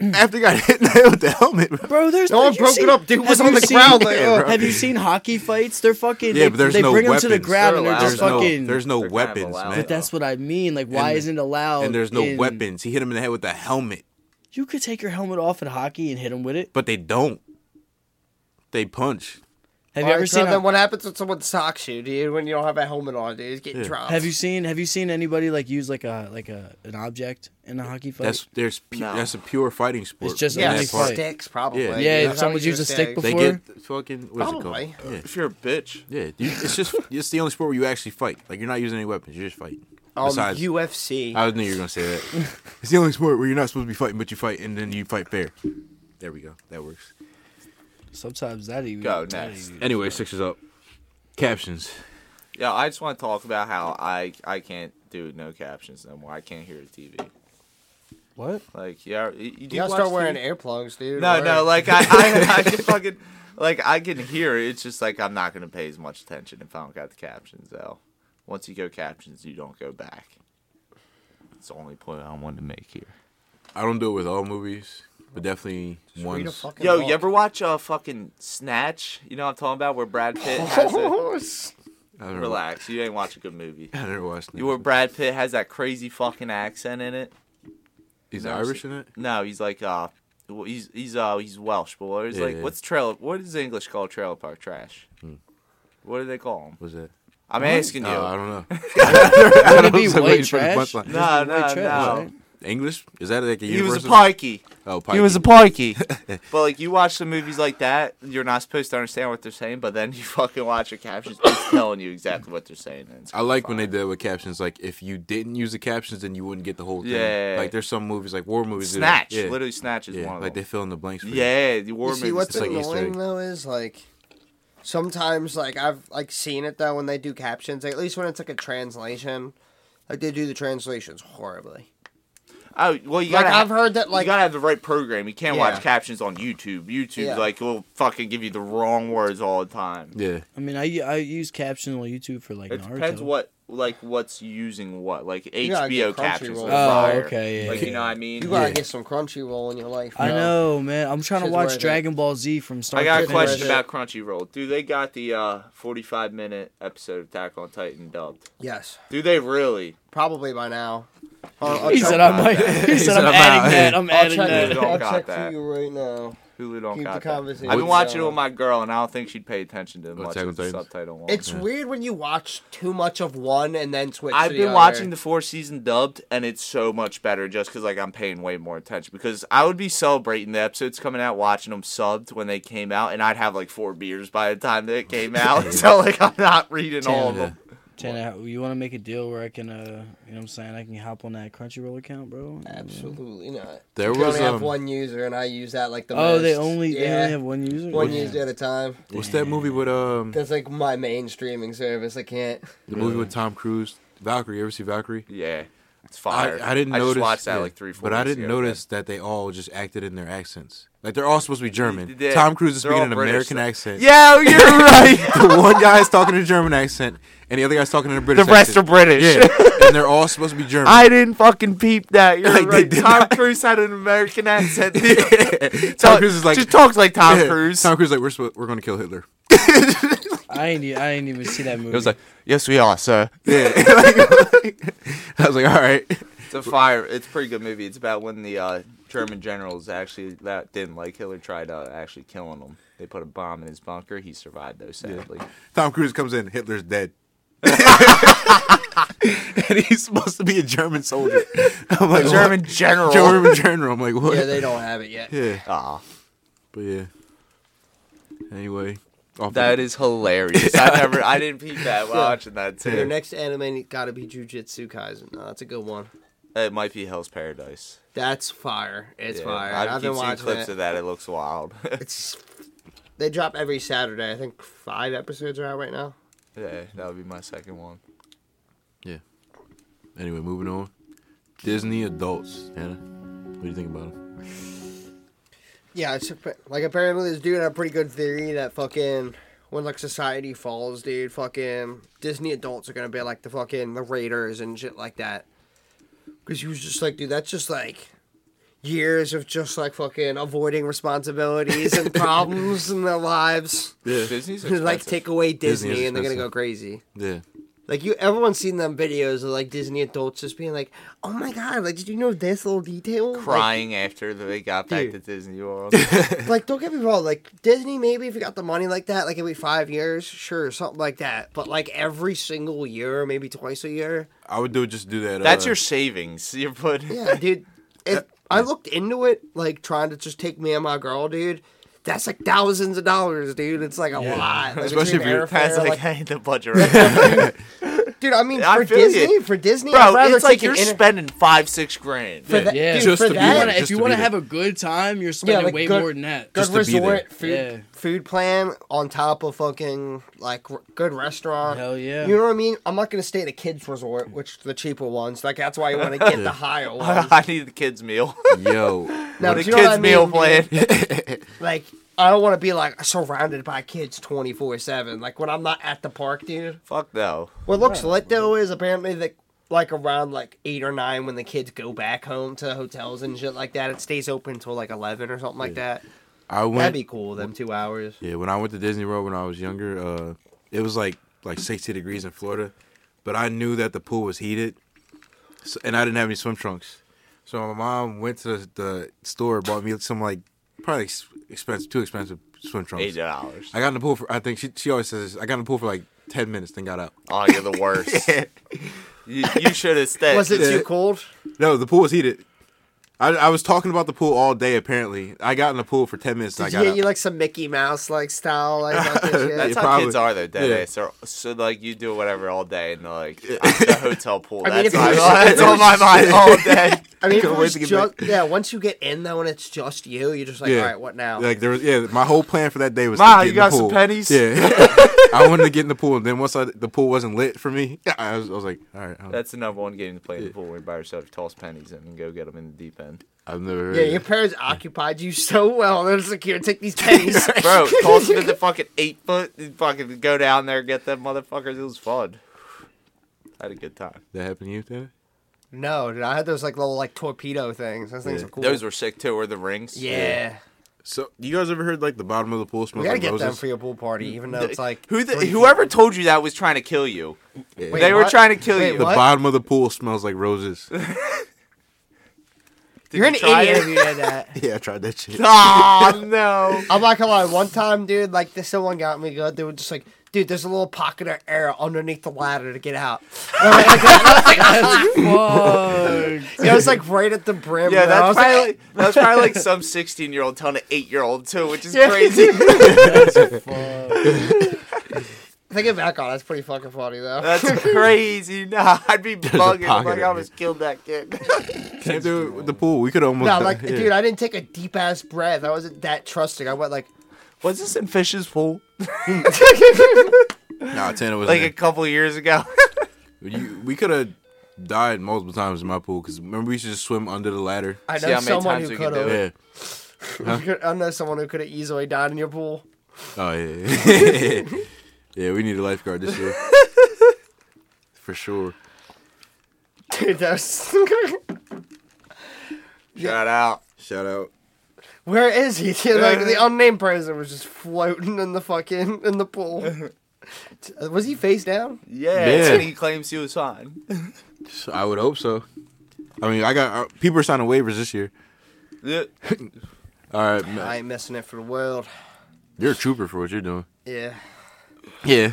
after he got hit in the head with the helmet. bro. There's No one you broke it seen- up, dude. It have was on you the ground, [LAUGHS] like, Yeah, oh. bro. Have you seen hockey fights? They're fucking. Yeah, they, but there's they no bring them to the weapons. ground and they're They're just There's allowed. no, fucking. there's no They're kind of weapons, allowed. man. but that's what I mean. Like, why And- isn't it allowed? and there's no in- weapons. He hit him in the head with the helmet, You could take your helmet off in hockey and hit him with it. but they don't. They punch. Have you Alright, ever so seen? then A, what happens when someone socks you, dude, when you don't have a helmet on, dude? It's getting Yeah. dropped. have you seen? Have you seen anybody like use like a like a an object in a hockey fight? That's there's pu- No. that's a pure fighting sport. It's just in that Yeah, only part. fight. sticks probably. Yeah, yeah, That's if how someone we used a stick They before, get fucking what is Probably. it called? Yeah. [LAUGHS] If you're a bitch, Yeah, dude, it's just [LAUGHS] it's the only sport where you actually fight. Like you're not using any weapons, you're just fighting. Um, Besides, UFC. I knew you were gonna say that. it's the only sport where you're not supposed to be fighting, but you fight, and then you fight fair. There we go. That works. sometimes that even. Go that next. even- Anyway, six is up. Captions. yeah, I just want to talk about how I I can't do no captions no more. I can't hear the TV. What? Like, yeah, you, you do You gotta watch start wearing TV? earplugs, dude. No, or- no, like I, I, I can fucking, like I can hear it. It's just like I'm not gonna pay as much attention if I don't got the captions though. Once you go captions, you don't go back. It's the only point I wanted to make here. I don't do it with all movies, but definitely Read a ones. fucking Yo, book. you ever watch uh fucking Snatch? You know what I'm talking about, where Brad Pitt has a, I don't relax. You ain't watch a good movie. [LAUGHS] I never watched. You were Brad Pitt has that crazy fucking accent in it. He's never Irish seen- in it. No, he's like uh, well, he's he's uh he's Welsh, but what is Yeah, like yeah. what's trailer? What is English called trailer park trash? What do they call him? Was that? I'm asking you. Oh, I don't know. [LAUGHS] Would was it be like white waiting for the trash? punchline. Just No, be white no, no. right? English? Is that like a He was a universal? pikey. Oh, He was a Pikey. pikey. [LAUGHS] but like you watch the movies like that, you're not supposed to understand what they're saying, but then you [LAUGHS] fucking watch the captions, it's telling you exactly what they're saying. And it's I like when they did with captions. Like, if you didn't use the captions, then you wouldn't get the whole thing. Yeah. Like, there's some movies, like war movies. do that. snatch. Yeah. Literally, snatch is Yeah. one of Like they them. fill in the blanks. For you. yeah, the war You see movies. what's It's like Easter annoying egg. though is like sometimes like I've like seen it though when they do captions. Like, at least when it's like a translation, like they do the translations horribly. oh, well, you Like gotta I've have, heard that you like gotta have the right program. You can't Yeah. watch captions on YouTube. YouTube Yeah. like will fucking give you the wrong words all the time. Yeah. I mean, I I use caption on YouTube for like It Naruto. depends what like what's using what like gotta get HBO captions. Crunchyroll. are Oh, fire. okay, yeah, like yeah. you know what I mean. you gotta Yeah. get some Crunchyroll in your life. I bro. know, man. I'm trying to Shit's worth watch it. Dragon Ball Z from start. I got a to Crunchyroll. question finish. about Crunchyroll. Do they got the uh, 45 minute episode of Attack on Titan dubbed? Yes, Do they really? probably by now. I'll, I'll He check- said I might. He said I'm I'm out. adding that. I'm I'll adding check, that. I'll Don't got check for that. you right now. Hulu don't Keep got the that. conversation I've been watching it going. with my girl, and I don't think she'd pay attention to much Attack on of the Titan? subtitle. One. It's weird when you watch too much of one and then switch. I've to been the watching other. the four season dubbed, and it's so much better just because like I'm paying way more attention. Because I would be celebrating the episodes coming out, watching them subbed when they came out, and I'd have like four beers by the time they came out. [LAUGHS] so like I'm not reading all of Damn. them. Tana, you want to make a deal where I can, uh, you know what I'm saying? I can hop on that Crunchyroll account, bro? Absolutely not. There We was only have um, one user, and I use that like the Oh, they most. only they Yeah. only have one user. one Damn. user at a time. What's that movie with um That's like my main streaming service. I can't. the movie with Tom Cruise? Valkyrie. You ever see Valkyrie? Yeah, it's I, fire. I didn't I notice. Just watched that yeah, like three, four. But I weeks didn't ago, notice that they all just acted in their accents. Like they're all supposed to be German. They- Tom Cruise is they're speaking all an British, American though. accent. Yeah, you're [LAUGHS] right. The one guy is talking in a German accent, and the other guy's talking in a the British. rest are accent. British. Yeah, and they're all supposed to be German. [LAUGHS] I didn't fucking peep that. [LAUGHS] You're Like, they right. did Tom not. Cruise had [LAUGHS] an American accent. Tom Cruise is like just talks like Tom yeah, Cruise. Tom Cruise is like we're supposed, we're going to kill Hitler. I ain't. e- I ain't even see that movie. [LAUGHS] it was like, yes, we are, sir. Yeah. [LAUGHS] [LAUGHS] Like, I was like, all right. It's a fire. It's a pretty good movie. It's about when the uh, German generals actually that didn't like Hitler tried uh, actually killing him. They put a bomb in his bunker. He survived though, sadly. Tom Cruise comes in, Hitler's dead. [LAUGHS] and he's supposed to be a German soldier. I'm like, A German what? general. German general. I'm like, what? Yeah, they don't have it yet. Yeah. Ah, But yeah. Anyway. Off that is hilarious. I never, I didn't peep that while watching that Your too. next anime got to be Jujutsu Kaisen. No, that's a good one. It might be Hell's Paradise. That's fire. It's Yeah, fire. I've, I've, keep been seeing watching it. clips of that. It looks wild. [LAUGHS] It's they drop every Saturday. I think five episodes are out right now. yeah, that would be my second one. Anyway, moving on. Disney adults. Hannah, what do you think about them? Yeah, it's appa- like apparently this dude had a pretty good theory that fucking when like society falls, dude, fucking Disney adults are gonna be like the fucking the Raiders and shit like that. Because he was just like, dude, that's just like years of just like fucking avoiding responsibilities and problems in their lives. [LAUGHS] Disney's like expensive. take away Disney, Disney is and they're gonna expensive. go crazy. Yeah. Like you, everyone's seen them videos of like Disney adults just being like, "Oh my god, like did you know this little detail?" Like, crying after they got back Dude. to Disney [LAUGHS] World. like don't get me wrong like disney maybe if you got the money like that like every five years sure something like that but like every single year maybe twice a year I would do just do that. That's uh, [LAUGHS] your savings. You're putting. [LAUGHS] yeah dude if i looked into it like trying to just take me and my girl dude that's like thousands of dollars dude it's like a lot like, Especially between if you're airfare, Pat's like, like- [LAUGHS] hey, the [LAUGHS] budget. Right dude i mean I for feel you. disney for disney I'd Bro, rather it's take like an you're inter- spending five, six grand. for that, yeah. dude, Just for to be that, there. Wanna- if just you to want to be have a good time, you're spending like way good- more than that. [LAUGHS] good just to be there. resort food Yeah. food plan on top of fucking like r- good restaurant. Hell yeah. You know what I mean? I'm not gonna stay at a kids resort, which the cheaper ones. Like that's why you want to get [LAUGHS] the higher ones. [LAUGHS] I need the [LAUGHS] kids' meal. [LAUGHS] Yo. Now, the do kids' you know what I meal mean, plan. [LAUGHS] dude? Like I don't want to be like surrounded by kids 24 seven. Like when I'm not at the park, dude. Fuck no. What looks lit though is apparently that like around like eight or nine when the kids go back home to hotels and shit like that. It stays open until like 11 or something like that. I went. That'd be cool. Them two hours. Yeah, when I went to Disney World when I was younger, uh, it was like like 60 degrees in Florida, but I knew that the pool was heated, so, and I didn't have any swim trunks. So my mom went to the, the store, bought me some like probably ex- expensive, too expensive swim Eight trunks. [LAUGHS] dollars. I got in the pool for I think she she always says this, I got in the pool for like 10 minutes, then got out. Oh, you're the worst. You, you should [LAUGHS] have stayed. Was it Yeah. too cold? No, the pool was heated. I, I was talking about the pool all day. Apparently, I got in the pool for 10 minutes. And I Did got you out. get you like some Mickey Mouse like style [LAUGHS] like fucking shit? That's Yeah, how probably. kids are, though, dead Yeah. ass. They're- So, like, you do whatever all day, and, like, I'm the hotel pool. [LAUGHS] I mean, That's, if my- you- that's on [LAUGHS] my mind all day. I mean, if it Couldn't wait was to get just, yeah. Once you get in though, and it's just you, you're just like, Yeah. all right, what now? Like there was, yeah. My whole plan for that day was. Ma, to get you in got the some pool. pennies? [LAUGHS] Yeah, I wanted to get in the pool, and then once I, the pool wasn't lit for me, [LAUGHS] I was, I was like, all right, I'm- That's the number one game to play in the pool. We buy ourselves toss pennies in and go get them in the [LAUGHS] deep end. I've never. Heard yeah, yeah, your parents occupied you so well. They're just like, here, take [LAUGHS] these pennies. Bro, [LAUGHS] toss them in the fucking eight foot and fucking go down there, get them motherfuckers. It was fun. I had a good time. that happened to you, Tanner? no, dude, I had those like little like torpedo things. Those things Yeah. are cool. Those were sick too, or the rings. yeah. So you guys ever heard like the bottom of the pool we smells gotta like get roses? them for your pool party, even though it's like Who the, three whoever told you that was trying to kill you. Yeah. Wait, they were what? trying to kill Wait, you. the what? bottom of the pool smells like roses. feet. You're an you try idiot it? if you did that. [LAUGHS] yeah, I tried that [LAUGHS] shit. [LAUGHS] Oh no. I'm not gonna lie. One time, dude, like this, someone got me good. They were just like, dude, there's a little pocket of air underneath the ladder to get out. And I'm like, [LAUGHS] Fuck. it was like right at the brim. Yeah, bro. I that's was like, probably like, that's [LAUGHS] probably like some sixteen year old telling an eight year old too, which is Yeah. crazy. Thinking back on it, that's pretty fucking funny though. That's crazy. Nah, I'd be bugging pocket like I over almost killed that kid. Same thing with the pool. We could almost. [LAUGHS] No, like, [LAUGHS] yeah. dude, I didn't take a deep ass breath. I wasn't that trusting. I went like, Was this in Fish's pool? nah, Tanner was Like like, a couple years ago. you, we could have died multiple times in my pool because remember we used to just swim under the ladder. I See know how many someone times who we can could do have. it. [LAUGHS] Yeah. [LAUGHS] I know someone who could have easily died in your pool. [LAUGHS] Oh [LAUGHS] yeah. [LAUGHS] yeah, we need a lifeguard this [LAUGHS] year. For sure. Dude, that's. Shout out. Shout out. [LAUGHS] Where is he? [LAUGHS] Dude, like [LAUGHS] the unnamed person was just floating in the fucking in the pool. [LAUGHS] [LAUGHS] Was he face down? Yeah. Yeah. And he claims he was fine. So I would hope so. I mean, I got uh, people are signing waivers this year. Yeah. All right, man. I ain't missing it for the world. you're a trooper for what you're doing. Yeah. [LAUGHS] Yeah,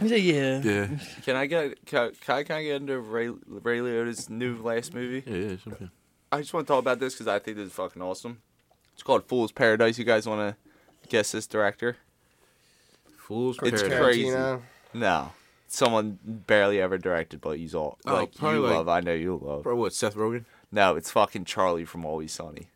Yeah. yeah, Can I get can, can I kind of get into Ray, Ray Liotta's new last movie? yeah, yeah. Something. I just want to talk about this because I think this is fucking awesome. It's called Fool's Paradise. You guys want to guess this director? Fools It's paradise. crazy. No, someone barely ever directed, but he's all Oh, like you probably like- love. I know you love. Bro, what? Seth Rogen? No, it's fucking Charlie from [LAUGHS] Always Sunny.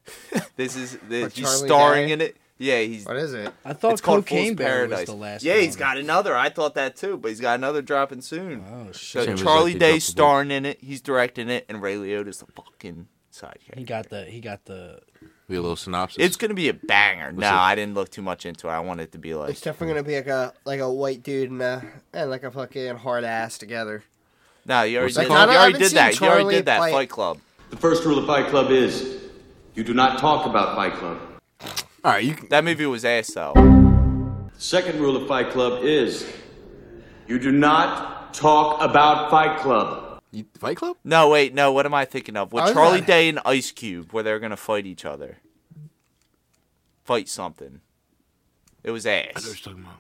this is this, What, he's Charlie starring Day? in it. Yeah, he's. What is it? I thought it's called Cocaine Fool's Bear Paradise. was the last yeah, he's one. got another. I thought that too, but he's got another dropping soon. Oh, So shit. Same as, Charlie like, they Day dropped the ball. starring in it. He's directing it, and Ray Liotta's the fucking side He character. got the. He got the. We a little synopsis. It's gonna be a banger. No, it? I didn't look too much into it. I want it to be like It's definitely gonna be like a like a white dude and a and like a fucking hard ass together. no. You already What's that did, you called? I already haven't did seen that. you Charlie already did that. fight. Fight Club. The first rule of Fight Club is you do not talk about Fight Club. all right. You can, That movie was ass though. [LAUGHS] The second rule of Fight Club is you do not talk about Fight Club. you, Fight Club? No, wait, no. What am I thinking of? I With was Charlie not- Day and Ice Cube, where they're gonna fight each other, fight something. It was ass. talking about.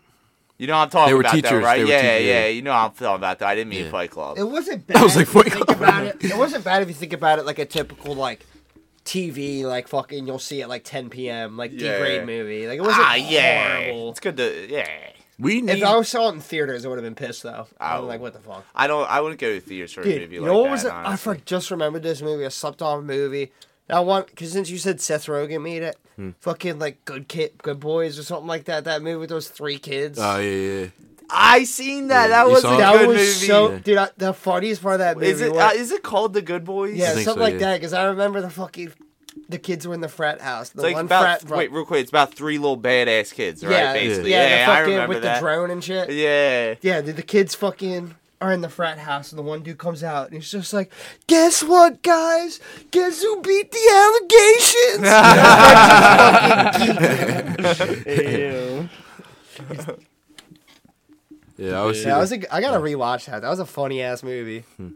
You know what I'm talking They were about, though, teachers, right? they were yeah, teachers, yeah, yeah. You know what I'm talking about. Though. I didn't mean Yeah. Fight Club. It [LAUGHS] wasn't bad. was like, if you wake think up. about it. It wasn't bad if you think about it like a typical like TV like fucking you'll see at like 10 p.m. like Yeah. D grade movie. Like it wasn't ah, yeah. horrible. It's good to yeah. We need. If I saw it in theaters, I would have been pissed though. I'm Oh. like, what the fuck, I don't. I wouldn't go to theaters for a dude? movie You like know what that. was? it? I honestly. for, just remembered this movie. I slept on a movie. That one, because since you said Seth Rogen made it, Hmm. fucking like Good Kid, Good Boys or something like that. That movie with those three kids. Oh yeah, yeah. I seen that. Yeah, that you was a saw it? that Uh, good was movie. so, dude. I, the funniest part of that movie is it? was, Uh, is it called The Good Boys? yeah, I think something so, like yeah. that. Because I remember the fucking, the kids were in the frat house. The It's like one about frat, wait, real quick. It's about three little badass kids, right? yeah, Basically, yeah, yeah, the I fucking- remember with that. the drone and shit. Yeah. Yeah, dude, the kids fucking are in the frat house, and the one dude comes out, and he's just like, "Guess what, guys? Guess who beat the allegations?" Ew. Yeah, I always see yeah, I that. was. A, I gotta rewatch that. That was a funny ass movie. yeah,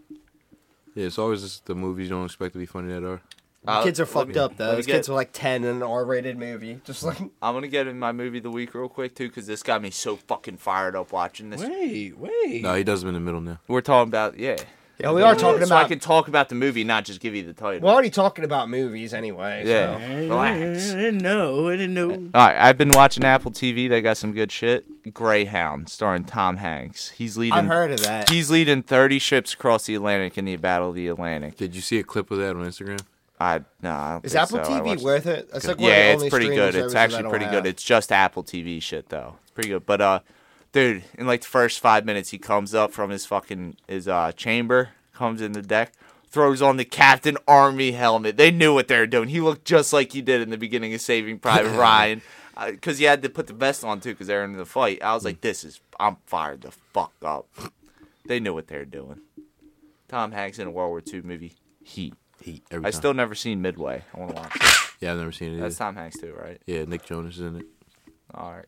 it's always just the movies you don't expect to be funny that are. Uh, kids are let fucked me- up though. let me Those get- kids were like ten in an R-rated movie. Just like I'm gonna get in my movie of the week real quick too, because this got me so fucking fired up watching this. Wait, wait. No, he does them in the middle now. We're talking about yeah. yeah, we are talking so I about. can talk about the movie, not just give you the title. We're already talking about movies anyway. Yeah. so. Relax. I didn't know. I didn't know. All right, I've been watching Apple TV. They got some good shit. Greyhound, starring Tom Hanks. He's leading. I've heard of that. He's leading 30 ships across the Atlantic in the Battle of the Atlantic. Did you see a clip of that on Instagram? I no. I don't Is think Apple so. I TV watched- worth it? It's like one of the yeah, it's only pretty streaming good. It's services I actually don't pretty have. good. It's just Apple TV shit though. It's pretty good. But uh, dude, in like the first five minutes, he comes up from his fucking his uh chamber, comes in the deck, throws on the Captain Army helmet. They knew what they were doing. He looked just like he did in the beginning [LAUGHS] of Saving Private Ryan. Because he had to put the vest on too, because they were in the fight. I was Hmm. like, "This is I'm fired the fuck up." They knew what they were doing. Tom Hanks in a World War II movie, Heat. He, every I time. still never seen Midway. I want to watch. It. Yeah, I've never seen it. Either. That's Tom Hanks too, right? yeah, Nick Jonas is in it. All right.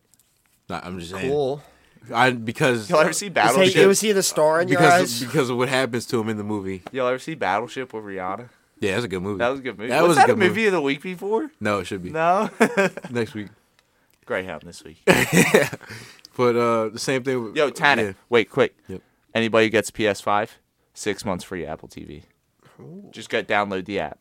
Nah, I'm just saying. Cool. I because Y'all ever see Is Battleship? he, was he the star in your because eyes? because of what happens to him in the movie. Y'all ever see Battleship with Rihanna? Yeah, that's a good movie. That was a good movie. That was, was that a good a movie, movie. of the [LAUGHS] week before? No, it should be No. [LAUGHS] next week. Greyhound this week. But uh, the same thing. With, Yo, Tanner. yeah. Wait, quick. Yep. Anybody who gets PS5, six months free Apple TV. Just go download the app.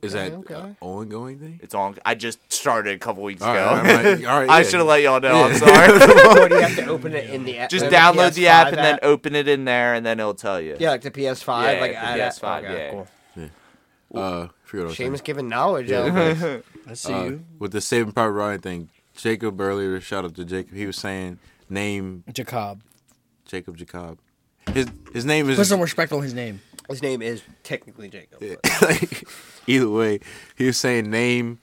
Is that okay. an ongoing thing? It's on. I just started a couple weeks All right, ago. all [LAUGHS] right, all right, I yeah. should have let y'all know. I'm sorry. [LAUGHS] [LAUGHS] or do you have to open it in the app? the just download the PS5 app and then open it in there, and then it'll tell you. Yeah, like the PS5. Yeah, like the add it. PS5, yeah. Uh, forget what I was saying. Seamus giving knowledge. Yeah, out. [LAUGHS] thanks. I see Uh, you. with the Saving Private Ryan thing, Jacob earlier, shout out to Jacob. He was saying uh, name Jacob. Jacob Jacob. His his name is Put some respect on his name. [LAUGHS] His name is technically Jacob. but- Either way, he was saying name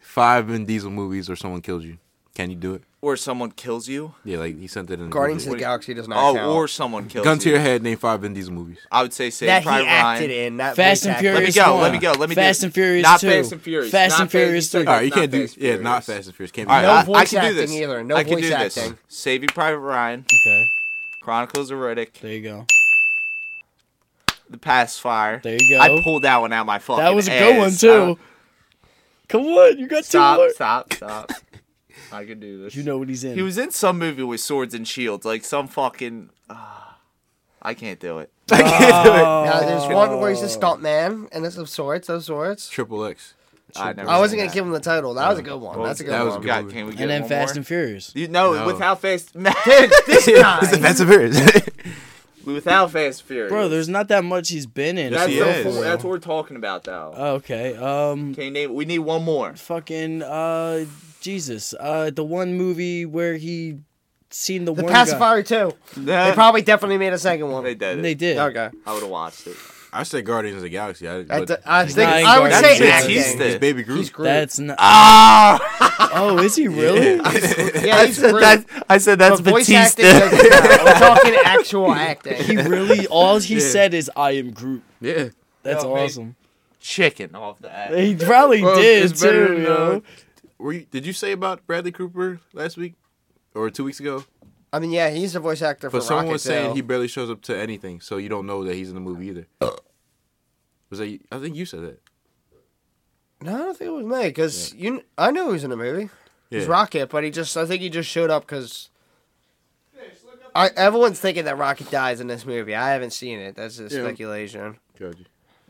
five Vin Diesel movies or someone kills you. Can you do it? Or someone kills you. Yeah, like he sent it in. the Guardians of movie. the Galaxy does not Oh, count. or someone kills Gun to you. your head. Name five Vin Diesel movies. I would say Save that he Private Ryan. acted in. Not Fast and Blake acted in. Furious. Let me go, one. let me go, let me do- Fast and Furious Not two. Fast and Furious, Fast not and Fast and Furious Furious. three. All right, you Not can't do. Fast and Yeah, Furious. not Fast and Furious. Can't be. All right, No [LAUGHS] I- I, voice can do acting this. either, no I can voice do this. acting. Saving Private Ryan, Okay, Chronicles of Riddick, there you go. The Pacifier. There you go. I pulled that one out of my fucking. That was a good one ass. too. I don't- Come on, you got two Stop! more. Stop! Stop! I can do this. You know what he's in. He was in some movie with swords and shields, like some fucking. ah, I can't do it. Now, there's one where Oh. he's a stunt man, and it's of sorts, of sorts. Triple X. I, never I wasn't seen gonna give him the title. That was a good one. That's a good that was one. good. God, can we get and then one Fast more? and Furious. You know, No. without Fast, [LAUGHS] dude, It's this guy, Fast and Furious. without Fast and Furious, Bro, there's not that much he's been in. that's, he the is. full- that's what we're talking about, though. Oh, okay. Um, can you name? We need one more. fucking uh, Jesus. Uh, the one movie where he seen the, The one Pacifier too. [LAUGHS] They probably definitely made a second one. They did. guy. It. They did. Okay. I would have watched it. [LAUGHS] I said Guardians of the Galaxy. I, I, but d- I think Ryan I would Gosling. say That's acting. Batista. he's Baby Groot. He's great. That's not. Ah! Oh, is he [LAUGHS] really? yeah, he's great. I said that's But voice acting [LAUGHS] doesn't count. We're [LAUGHS] talking actual He acting. really? All he said is, "I am Groot." [LAUGHS] yeah. That's Yo, man. awesome. chicken off that. He probably Well, did it's better too, than, uh, yo. Were you, did you say about Bradley Cooper last week or two weeks ago? I mean, yeah, he's the voice actor for But someone Rocket was saying too. he barely shows up to anything, so you don't know that he's in the movie either. Uh. was that? you- I think you said that. No, I don't think it was me because you. I knew he was in the movie. He's Yeah. Rocket, but he just. I think he just showed up because. I, everyone's thinking that Rocket dies in this movie. I haven't seen it. That's just Yeah. speculation. Got you.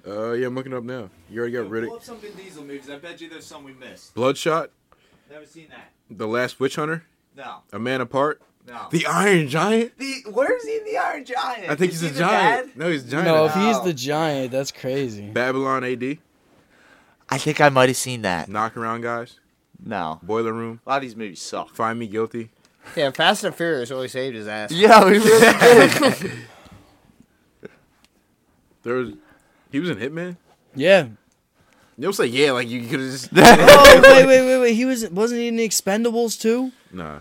Uh, yeah, I'm looking up now. You already got Pull Riddick, up some Vin Diesel movies. I bet you there's some we missed. Bloodshot, Never seen that. The Last Witch Hunter, No, A Man Apart, no. The Iron Giant. The- where's he in the Iron Giant? I think Is he's a he the giant. dad? No, he's a giant. No, if he's Wow. the giant, that's crazy. Babylon AD, I think I might have seen that. Knock Around Guys, No, Boiler Room, a lot of these movies [LAUGHS] suck. Find Me Guilty. Damn, Fast and Furious really saved his ass. Yeah, we really [LAUGHS] There was, he was in Hitman. Yeah. You don't say yeah like you could have just Oh [LAUGHS] wait, wait, wait, wait. He was wasn't he in the Expendables too? nah,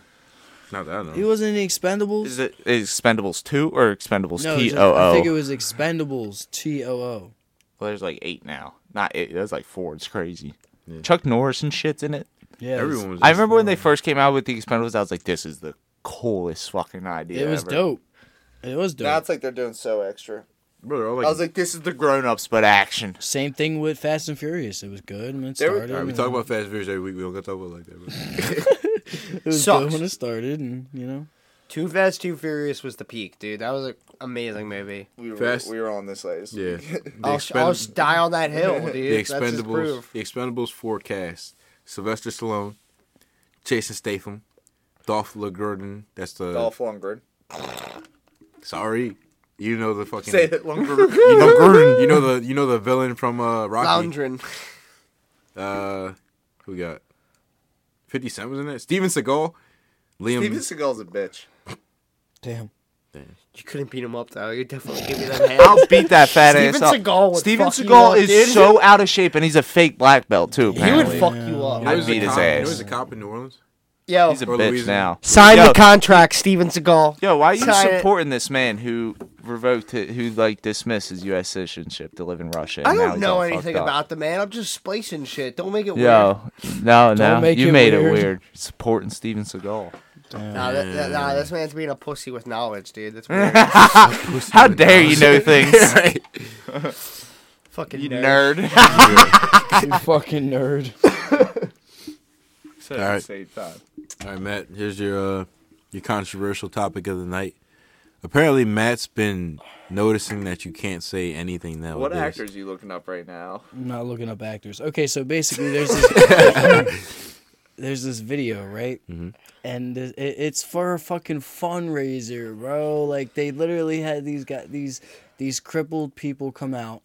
not that I know. He wasn't in the Expendables. Is it is Expendables two or Expendables no, it was- T O I think it O? was Expendables T O O. Well, there's like eight now. Not eight. There's like four. It's crazy. Chuck Norris and shit's in it. Yeah, it was- Everyone was. I remember when they first came out with the Expendables. I was like, this is the coolest fucking idea. It was ever. dope. It was dope. Now it's like they're doing so extra. brother. All I I can was like, this is the grown ups but action. Same thing with Fast and Furious. It was good when it There we- started. All right, we and talk about Fast and Furious every week. We don't gotta talk about it like that. [LAUGHS] Bro. it was Sucks. good when it started, and you know. Too Fast, Too Furious was the peak, dude. That was an amazing movie. We were, Fast- we were on this last. Yeah, the, I'll, I'll Expend- die on that hill, dude. the That's just Expendables, proof. the Expendables forecast: Sylvester Stallone, Jason Statham, Dolph Lundgren. That's the Lundgren. sorry, you know the fucking Say it, Lundgren. You [LAUGHS] know, you know the you know the villain from uh, Rocky. Loundrin. Uh, who we got? Fifty Cent was in it. Steven Seagal, Liam. Steven Seagal's a bitch. Damn. You couldn't beat him up, though. You definitely give me that hand. I'll beat that fat Steven ass Seagal up. would Steven fuck you Seagal up, is dude. so out of shape, and he's a fake black belt too. he would Apparently. fuck you up. There was a beat his cop- there ass. was a cop in New Orleans. Yo, He's a Or bitch Louisiana. now. sign yo, the contract, Steven Seagal. Yo, why are you Sign it. supporting this man who revoked, it, who like dismissed his U.S. citizenship to live in Russia? I and now don't he's know all anything fucked up? about the man. I'm just splicing shit. Don't make it weird. Yo, no, no, make you it made weird. it weird. Supporting Steven Seagal. Nah, that, that- nah, this man's being a pussy with knowledge, dude. That's weird. How dare you know things, [LAUGHS] Fucking you nerd. nerd? [LAUGHS] [LAUGHS] You fucking nerd. All right. Same time. All right, Matt. Here's your uh, your controversial topic of the night. Apparently, Matt's been noticing that you can't say anything now. What actors you looking up right [LAUGHS] now? I'm not looking up actors. Okay, so basically, there's this, [LAUGHS] there's this video, right? And it, it's for a fucking fundraiser, bro. Like they literally had these got these these crippled people come out,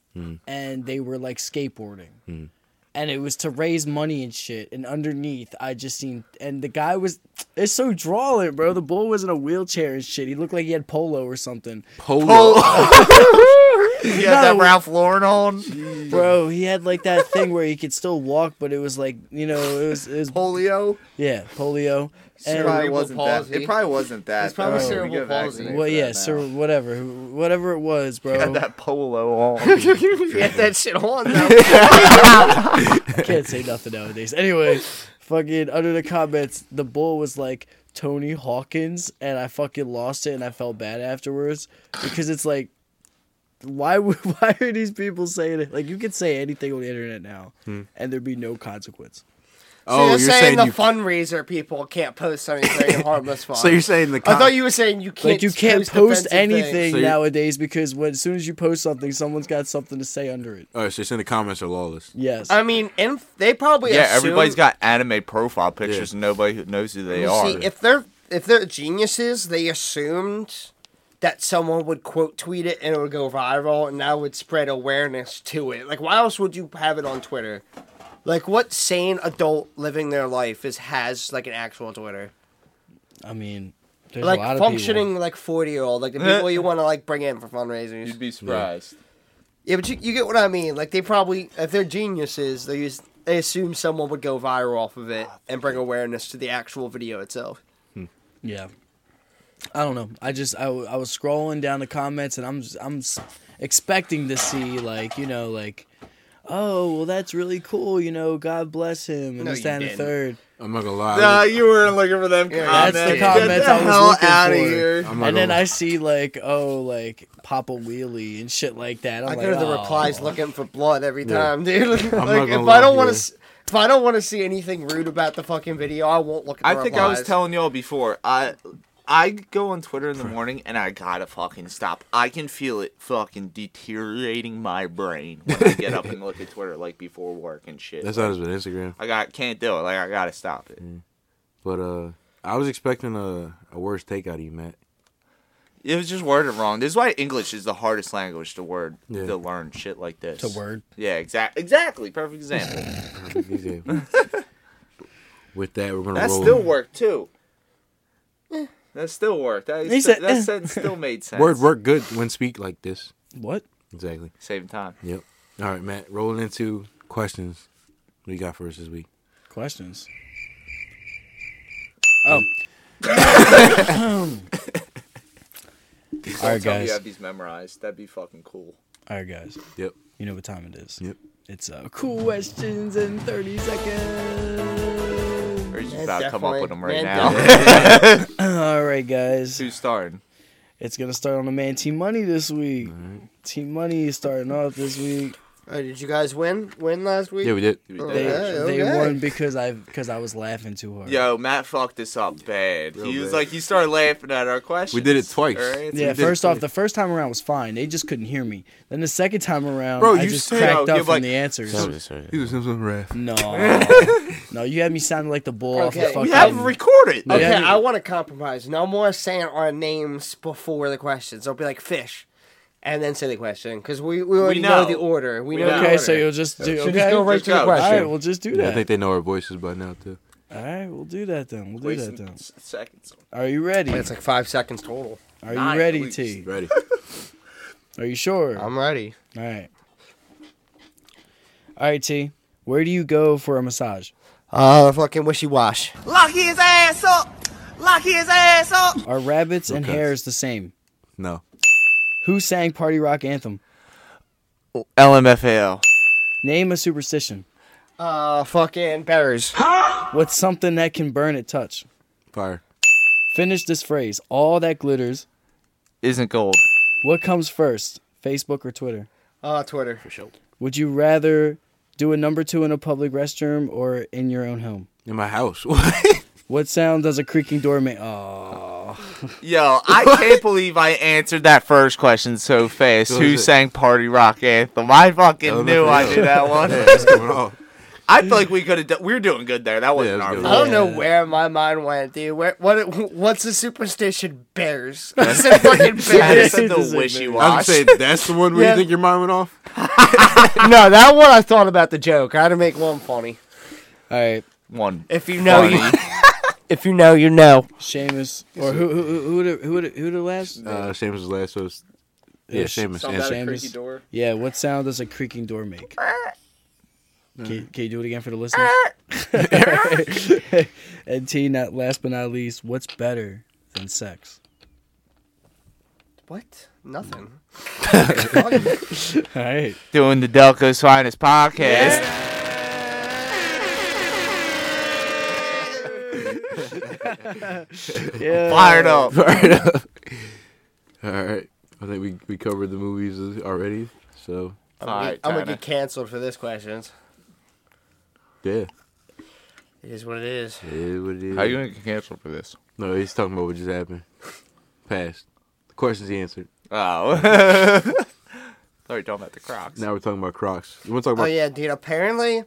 and they were like skateboarding. And it was to raise money and shit. And underneath, I just seen, and the guy was, it's so drawling, bro. The Oh, bull was in a wheelchair and shit. He looked like he had polo or something. Polo. He had that No. Ralph Lauren on. Bro, he had like that thing where he could still walk, but it was like you know, it was it was Polio. yeah, polio. And, Probably Cerebral wasn't that. palsy. It probably wasn't that. It's probably though. Oh, We cerebral get palsy. [LAUGHS] vaccinated well, for yeah, that sir, now. whatever, who- whatever it was, bro. He had that [LAUGHS] polo on. Get that shit on. Though. Can't say nothing nowadays. Anyway, fucking under the comments, the bull was like Tony Hawkins, and I fucking lost it, and I felt bad afterwards because it's like, why [LAUGHS] would why are these people saying it? Like you could say anything on the internet now, Hmm. and there'd be no consequence. [LAUGHS] so oh, you're, you're saying, saying the you. fundraiser people can't post anything harmless fun. So you're saying the. I con- thought you were saying you can't. Like you can't post offensive anything So you- nowadays because when, as soon as you post something, someone's got something to say under it. Oh, so you're saying the comments are lawless. Yes. I mean, and they probably yeah, assume- everybody's got anime profile pictures. Yeah. and Nobody who knows who they You are. See, if they're if they're geniuses, they assumed that someone would quote tweet it and it would go viral, and that would spread awareness to it. Like, why else would you have it on Twitter? Like, what sane adult living their life is has like an actual Twitter? I mean, there's a lot Like of people. functioning like forty year old, like the people you want to like bring in for fundraisers. You'd be surprised. Yeah, but you, you get what I mean. Like they probably, if they're geniuses, they just they assume someone would go viral off of Ah, it and bring awareness to the actual video itself. Yeah. I don't know. I just I, w- I was scrolling down the comments and I'm s- I'm s- expecting to see like you know like oh well that's really cool you know God bless him and No, this you that, and the didn't. third I'm not gonna lie. you weren't looking for them that's the comments. comments Get the I was hell looking out of for. here. I'm not and then gonna- I see like oh like Papa Wheelie and shit like that. I'm I like, go to the oh. replies looking for blood every time, dude. not [LAUGHS] like gonna if I don't lie, want dude. to, if I don't want to see anything rude about the fucking video, I won't look. at I the think I replies. was telling y'all before. I I go on Twitter in the morning and I gotta fucking stop. I can feel it fucking deteriorating my brain when I get up and look at Twitter like before work and shit. That's not as been Instagram. I got can't do it. Like I gotta stop it. But uh, I was expecting a, a worse take out of you, Matt. It was just worded wrong. This is why English is the hardest language to word Yeah. to learn shit like this. to word. Yeah, exactly. Exactly. Perfect example. [LAUGHS] DJ. With that, we're gonna That roll. still worked too. That still worked. That, He sti- said, eh. that sentence still made sense. Word work good when speak like this. What? Exactly. Saving time. Yep. All right, Matt. Rolling into questions. What do you got for us this week? questions. Um, [LAUGHS] Oh. [COUGHS] All right, Tell me you Oh. guys. have these memorized. That'd be fucking cool. All right, guys. Yep. You know what time it is. Yep. It's uh, questions in 30 seconds. Or he's That's about to come up definitely- with them right man, [LAUGHS] now. All right, guys. Who's starting? It's going to start on the man Team Money this week. Team Money is starting off this week. All right, did you guys win? Win last week? Yeah, we did. We Oh, did. They, Okay, they okay. won because I because I was laughing too hard. Yo, Matt fucked this up bad. he was bad. like, he started laughing at our questions. We did it twice. All right? Yeah, did first it. off, the first time around was fine. They just couldn't hear me. Then the second time around, Bro, I you just said- cracked Yo, up give, from like- the answers. He was Simpson ref. [LAUGHS] No, no, you had me sounding like the bull Okay. off We the haven't fucking. recorded. Yeah. Okay, I want to compromise. No more saying our names before the questions. I'll be like fish, and then say the question because we we already know. know. the order. We, We know. know. The okay, order. so you'll just do. Should Okay, just go right Just to the go. all right, question. we'll just do Yeah, that. I think they know our voices by now too. all right, we'll do that then. We'll do Wait that some then. s- seconds. Are you ready? It's like five seconds total. Are nine you at ready, least. T? Ready? Are you sure? I'm ready. all right. All right, T. Where do you go for a massage? Uh, fucking wishy wash. Lock his ass up. Lock his ass up. Are rabbits and Okay. hares the same? No. Who sang Party Rock Anthem? LMFAO. Name a superstition. Uh, fucking bears. What's something that can burn at touch? Fire. Finish this phrase. All that glitters. Isn't gold. What comes first, Facebook or Twitter? Uh, Twitter. Would you rather do a number two in a public restroom or in your own home? In my house. [LAUGHS] What sound does a creaking door make? Oh, Yo, I can't believe I answered that first question so fast. Who Who is it? sang Party Rock Anthem? I fucking knew I LMFAO. did that one. yeah, what's going on? I feel like we could have done. We were doing good there. That wasn't Yeah, it our was I fault. don't know where my mind went, dude. Where, what? What's the superstition? Bears. I said fucking [LAUGHS] I bears. said This is the it, wishy I was wash. gonna say that's the one where Yeah. you think your mind went off. no, that one I thought about the joke. I had to make one funny. all right. One. If you know, you, [LAUGHS] if you know, you know. Seamus or who who who who the, who, the, who the last? [LAUGHS] Uh, Seamus was last, so it's Yeah, Yes. Seamus. Something answer. about a creaky Seamus. door. Yeah, what sound does a creaking door make? Can, can you do it again for the listeners? [LAUGHS] and T, not last but not least, what's better than sex? What? Nothing. All right. Doing the Delco's Finest podcast. [LAUGHS] Fired up. All right. I think we, we covered the movies already. So, I'm, All gonna, right, get, I'm gonna Tanner. get canceled for this questions. yeah. It is what it is. It is what it is. How you gonna get canceled for this? No, he's talking about what just happened. Past. The questions he answered. [LAUGHS] Oh. Sorry, you talking about the Crocs. Now we're talking about Crocs. You want to talk Oh about yeah, dude. Apparently,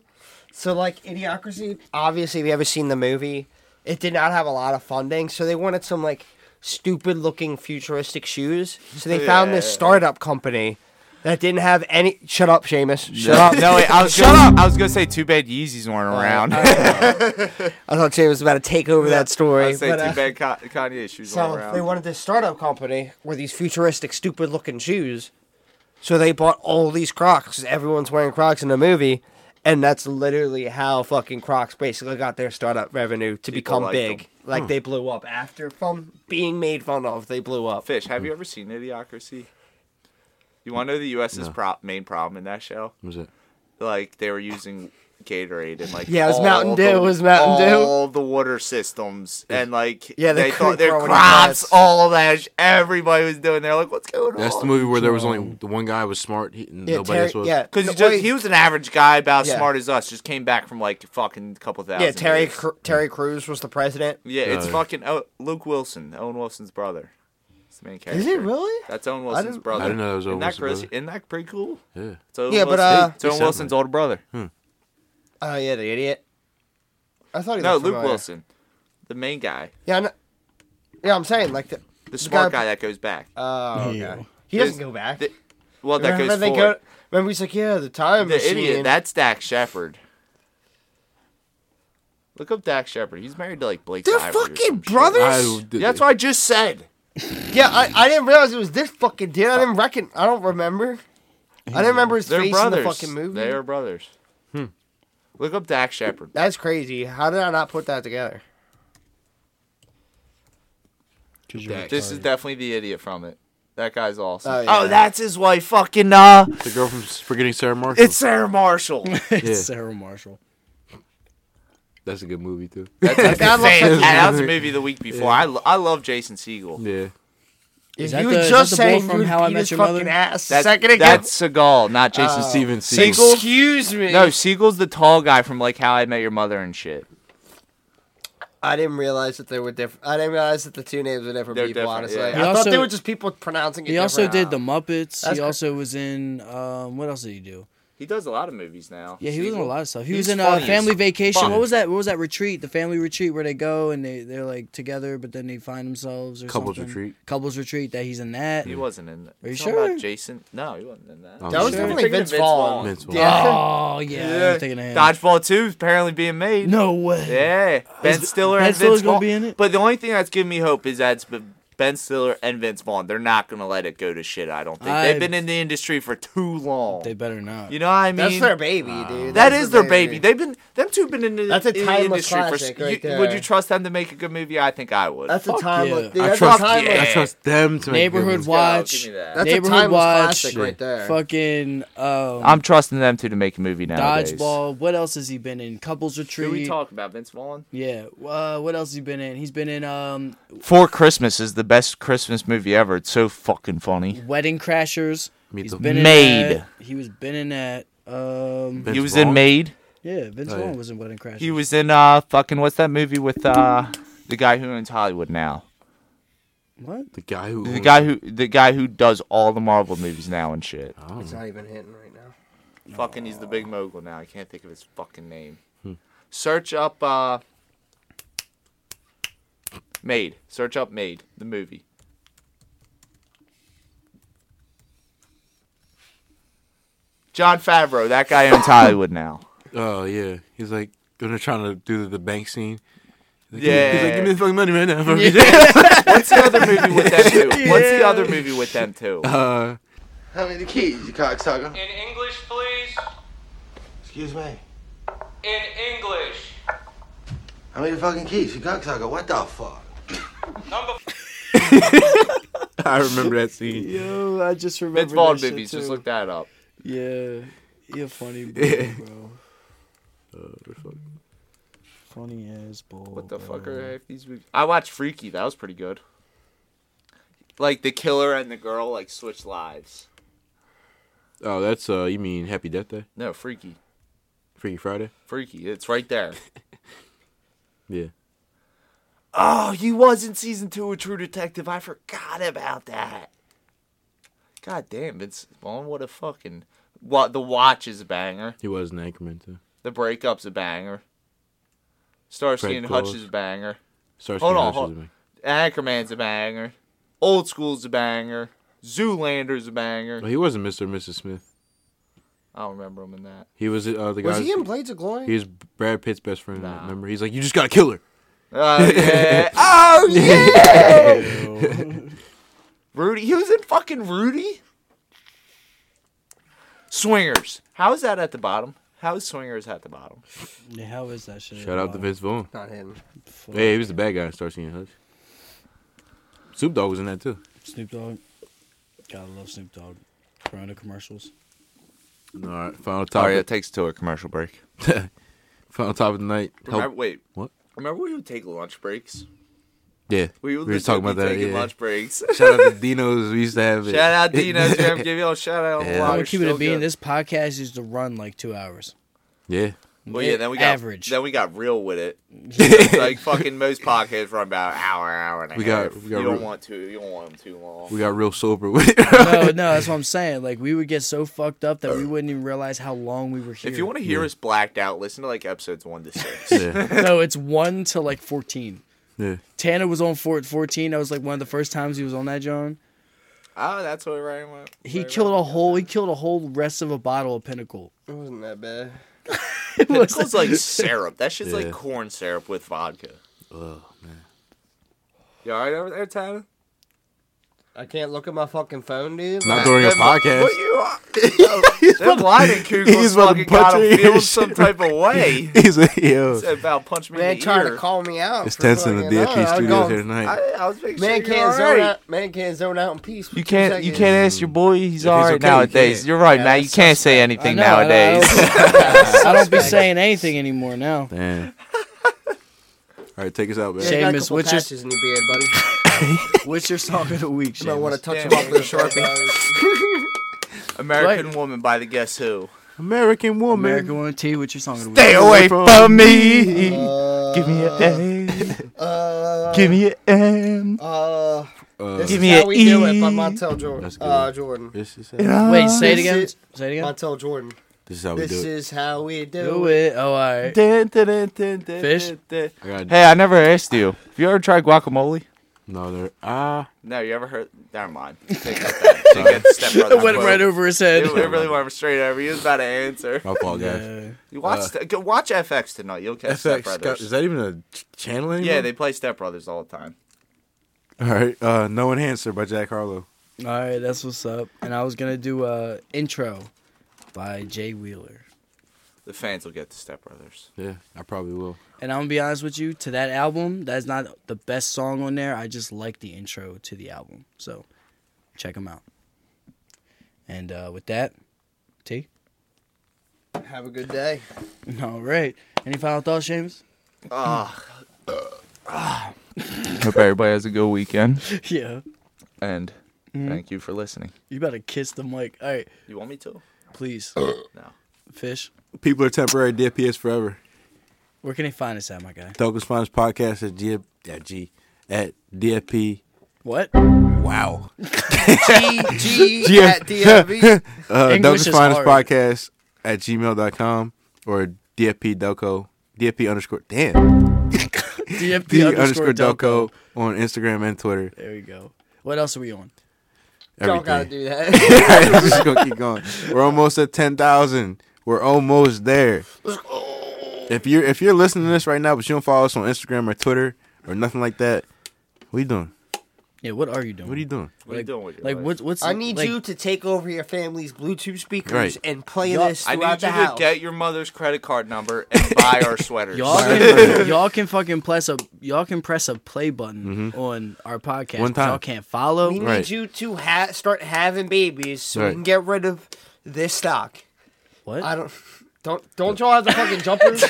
so like Idiocracy. Obviously, if you ever seen the movie, it did not have a lot of funding, so they wanted some like stupid-looking futuristic shoes. So they found this startup company that didn't have any. Shut up, Seamus. Shut up. no, wait, I was Shut gonna, up. I was gonna say too bad Yeezys weren't around. [LAUGHS] I thought Seamus was about to take over that story. I was saying but, uh, too bad Ka- Kanye shoes So weren't they around. wanted this startup company with these futuristic, stupid-looking shoes. So they bought all these Crocs. Everyone's wearing Crocs in the movie, and that's literally how fucking Crocs basically got their startup revenue to become like big. them. Hmm. Like they blew up after from being made fun of. They blew up. Fish, have you ever seen Idiocracy? You want to know the U.S.'s pro- main problem in that show? What was that? Like they were using Gatorade and like Yeah, it was all Mountain Dew, The, it was Mountain Dew. All the water systems and like Yeah, they they thought couldn't their grow any crops, grass. all of that. sh- Everybody was doing. They're like, what's going on? That's the movie where there was only the one guy was smart he, and Yeah, nobody Terry, else was. yeah, Because no, he, just- wait, he was an average guy, about as Yeah. smart as us. Just came back from like fucking couple thousand. yeah, Terry years. Cr- Terry Crews was the president. Yeah, it's Uh, fucking o- Luke Wilson, Owen Wilson's brother. It's the main character. Is it really? That's Owen Wilson's didn't- brother. I didn't know that was Owen isn't that Wilson's crazy? brother. Isn't that pretty cool? Yeah. It's Owen Yeah, but, Wilson- uh, it's Owen sound Wilson's like- older brother. Oh yeah, the idiot. I thought he No, looked Luke familiar. Wilson, the main guy, Yeah, I kn- yeah, I'm saying like the. the smart guy- guy that goes back. Oh, okay. Ew. He doesn't There's- go back. the- well, that remember goes they forward. go. Remember he's like, yeah, the time the machine. idiot. That's Dax Shepard. Look up Dax Shepard. He's married to like Blake. They're Lively or some fucking shit. brothers. did That's they- what I just said. yeah, I, I didn't realize it was this fucking dude. I didn't reckon. I don't remember. I didn't remember his They're face brothers. in the fucking movie. They are brothers. Hmm. Look up Dax Shepard. That's crazy. How did I not put that together? This is definitely the idiot from it. That guy's awesome. Oh, yeah. that's his wife. Fucking uh, the girl from Forgetting Sarah Marshall. Sarah Marshall. [LAUGHS] Yeah. [LAUGHS] It's Sarah Marshall. That's a good movie too. That looks and like- that was a movie the week before. I, lo- I love Jason Segel. Yeah. if that you the- were is just that the boy saying from you How I beat Met his Your fucking Mother? ass That, second ago. That's Seagal, not Jason Uh, Segel. Steven Seagal. Seagal? Excuse me. No, Seagal's the tall guy from like How I Met Your Mother and shit. I didn't realize that they were different. I didn't realize that the two names were different They're people. different, honestly, yeah. I He thought they also- were just people pronouncing it. He also did different. the Muppets. That's he cr- also was in um, what else did he do? He does a lot of movies now. Yeah, he was in a lot of stuff. He He's was in uh, funny as Family Vacation. fuck. What was that? What was that retreat? The family retreat where they go and they they're like together, but then they find themselves or Couples something. retreat. Couples retreat. That he's in that. He wasn't in that. Are you Something sure? About Jason? No, he wasn't in that. I'm That was sure. definitely Thinking of Vince Vince Vaughn. Vaughn. Vince Vaughn. Oh yeah, Yeah. I'm thinking of him. Dodgeball 2 is apparently being made. No way. Yeah, Ben Stiller Ben and Stiller's Vince gonna Vaughn. be in it? But the only thing that's giving me hope is that it's b- Ben Stiller and Vince Vaughn. They're not gonna let it go to shit. I don't think I- they've been in the industry for too long. They better not. you know what I mean? That's their baby, dude. That is their baby. They've been them two have been in the, That's a in the timeless industry for. s- classic right you- there. would you trust them to make a good movie? I think I would. That's a Fuck timeless. yeah. dude, I that's a trust. timeless- I trust them to make Neighborhood good movies. Watch. give me that. That's a Neighborhood timeless Watch. classic right there. Fucking um, I'm trusting them two to make a movie nowadays. dodgeball. What else has he been in? Couples retreat. Do we talk about Vince Vaughn? Yeah. Uh, what else has he been in? He's been in um, Four Christmas is the best Christmas movie ever. It's so fucking funny. Wedding Crashers. Meet He's the- been in Maid. that. He was been in that. Um, Vince he was Vaughn? in Maid. yeah, Vince Oh, Vaughn yeah. was in Wedding Crashers. He was in uh fucking what's that movie with uh the guy who owns Hollywood now. what? The guy who The guy who the guy who does all the Marvel movies now and shit. Oh. It's not even hitting right now. Fucking he's the big mogul now. I can't think of his fucking name. Hmm. Search up uh Maid. Search up Maid, the movie. John Favreau, that guy owns Hollywood now. Oh yeah, he's like gonna trying to do the bank scene. He's like, Yeah. he's like, give me the fucking money right now. [LAUGHS] What's the other movie with them two? What's the other movie with them two? [LAUGHS] Uh, How many keys, you cocksucker? In English, please. Excuse me. In English. How many fucking keys, you cocksucker? What the fuck? Number I remember that scene. Yo, I just remember. Vince Vaughn that shit movies. too. Just look that up. Yeah, you're funny, boy, bro. Funny ass boy. What the fuck are half these movies? I watched Freaky. That was pretty good. Like the killer and the girl like switch lives. Oh, that's uh, you mean Happy Death Day, No, Freaky. Freaky Friday? Freaky. It's right there. Yeah. oh, he was in season two of True Detective. I forgot about that. God damn, Vince Vaughn, what a fucking. What the watch is a banger. He was an Anchorman too. The breakup's a banger. Starsky Frank and Dawes. Hutch is a banger. Starts Hold getting on, hushes hold- at me. Ackerman's a banger. Old School's a banger. Zoolander's a No, banger. he wasn't Mr. and Mrs. Smith. I don't remember him in that. He was uh, the guy. Was he in Blades of Glory? He was Brad Pitt's best friend. in that, Nah. Remember, he's like, you just gotta kill her. Oh yeah. oh yeah. Oh, Rudy, he was in fucking Rudy. Swingers. How is that at the bottom? How is Swingers at the bottom? Yeah, how is that shit? Shout out to Vince Vaughn. Not him. Fuck. Hey, he was the bad guy in Starsky and Hutch. Snoop Dogg was in that too. Snoop Dogg. Gotta love Snoop Dogg. Corona commercials. All right, final Sorry, topic. takes to a commercial break. Final topic of the night. Help. Remember, wait. What? Remember we would take lunch breaks? Yeah, We would were talking about that. taking Yeah. lunch breaks. [LAUGHS] Shout out to Dino's. We used to have it. shout out Dino's. We have give y'all a shout out. Yeah. I'm Wow, I'm we're gonna keep it still a bean. good. This podcast used to run like two hours. [LAUGHS] Yeah. Well, yeah, then we got average. Then we got real with it. It's [LAUGHS] like fucking most podcasts run about an hour, hour and a We got- half. we got you don't real- want to. You don't want them too long. We got real sober with it. [LAUGHS] [LAUGHS] no, no, that's what I'm saying. Like we would get so fucked up that we wouldn't even realize how long we were here. If you want to hear us blacked out, listen to like episodes one to [LAUGHS] six. yeah. no, it's one to like fourteen. yeah. Tanner was on four, 14. That was like one of the first times he was on that, John. oh, that's what Ryan went. He Ryan killed went. a whole. He killed a whole rest of a bottle of [LAUGHS] Pinnacle. It wasn't that bad. [LAUGHS] Pinnacle's like syrup. That shit's Yeah. like corn syrup with vodka. Oh man. You all right over there, Tyler? I can't look at my fucking phone, dude. Not during a podcast. [LAUGHS] What you are? That lining Kugel's he's about to fucking got punch him me in feeling his some type [LAUGHS] of way. He's like, yo. Said about punch me Man, in the trying ear. to call me out. It's for tense in the fucking- DFP No, I'm studios going- here tonight. I, I was making Man sure E you're can't all zone right. out. Man can't zone out in peace. for You two can't you seconds. can't ask your boy. He's If he's all right okay, you nowadays. can't. You're right, Yeah, Matt. You that's can't say anything I know, I know, [LAUGHS] I nowadays. don't- I don't be saying anything anymore now. [LAUGHS] Damn. All right, take us out, man. Yeah, you got a Seamus, couple what's your- patches in your beard, buddy? [LAUGHS] What's your song of the week? You might want to Seamus? touch Damn. them up with a sharpie. [LAUGHS] American Right. Woman by the Guess Who. American woman. American Woman T. What's your song of the week? Stay away from from me. Uh, [LAUGHS] Give me a uh, A. Give me a M. Uh, Uh, this Give is me how a we do it E. by Montel Jordan. That's good. Uh, Jordan. this is You how, know? Wait, say it This again. is- Say it again. Montel Jordan. this is how we This do it. is how we do Do it. it. Oh, all right. [LAUGHS] Dun, dun, dun, dun, dun, Fish? dun, dun. I got Hey, I never asked you. Have you ever tried guacamole? another. Ah, No, you ever heard? Never mind. Take that back. Take that [LAUGHS] step It went right over his head. It really went straight over. He was about to answer. my fault, guys. Yeah. You watch go watch FX tonight. You'll catch Step FX got, is Brothers. that even a ch- channel anymore? Yeah, they play Step Brothers all the time. All right, uh, No Enhancer by Jack Harlow. All right, that's what's up. And I was gonna do uh, intro by Jay Wheeler. The fans will get the Step Brothers. Yeah, I probably will. And I'm gonna be honest with you, to that album, that's not the best song on there. I just like the intro to the album. So check them out. And uh, with that, T. Have a good day. [LAUGHS] All right. Any final thoughts, Seamus? [LAUGHS] Hope everybody has a good weekend. yeah. And thank you for listening. You better kiss the mic. All right, You want me to? please. No. Fish. People are temporary. DPS forever. Where can they find us at, my guy? Douglas Finds Podcast at G, at G at DFP. [LAUGHS] What? Wow. G G at DFV. Uh, English Douglas is Finds hard. Podcast at gmail.com or DFP Delco. DFP underscore. Damn. [LAUGHS] DFP D underscore Delco on Instagram and Twitter. There you go. What else are we on? Don't gotta Everything. do that. Just gonna keep going. We're almost at ten thousand. We're almost there. If you're if you're listening to this right now, but you don't follow us on Instagram or Twitter or nothing like that, what you doing? Yeah, what are you doing? What are you doing? [LAUGHS] What are you doing with your Like life? what's what's I [LAUGHS] need like, you to take over your family's Bluetooth speakers Right. and play Yup. this I throughout need you the to house. get your mother's credit card number and [LAUGHS] buy our sweaters. [LAUGHS] Y'all can, y'all can fucking press a y'all can press a play button on our podcast. Mm-hmm. One but y'all time. can't follow. we need Right. you to ha- start having babies so Right. we can get rid of this stock. What? I don't. Don't don't y'all have the fucking jumpers?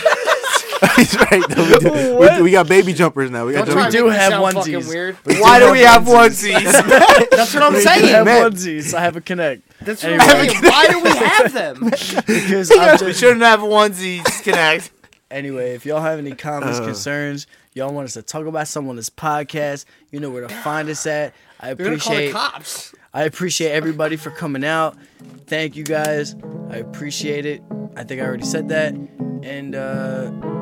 He's right. No, we, do. we, we got baby jumpers now. We got Don't try jumpers. to do make me have sound fucking onesies. Weird. Why do we have onesies? [LAUGHS] That's what I'm I have saying. onesies. I have [LAUGHS] a connect That's what I'm saying. Why do we have them? because I'm we just- shouldn't have onesies. Connect. Anyway, if y'all have any Uh. comments, concerns, y'all want us to talk about someone on this podcast, you know where to find us at. I They're gonna call the appreciate cops. I appreciate everybody for coming out. Thank you guys. I appreciate it. I think I already said that. And uh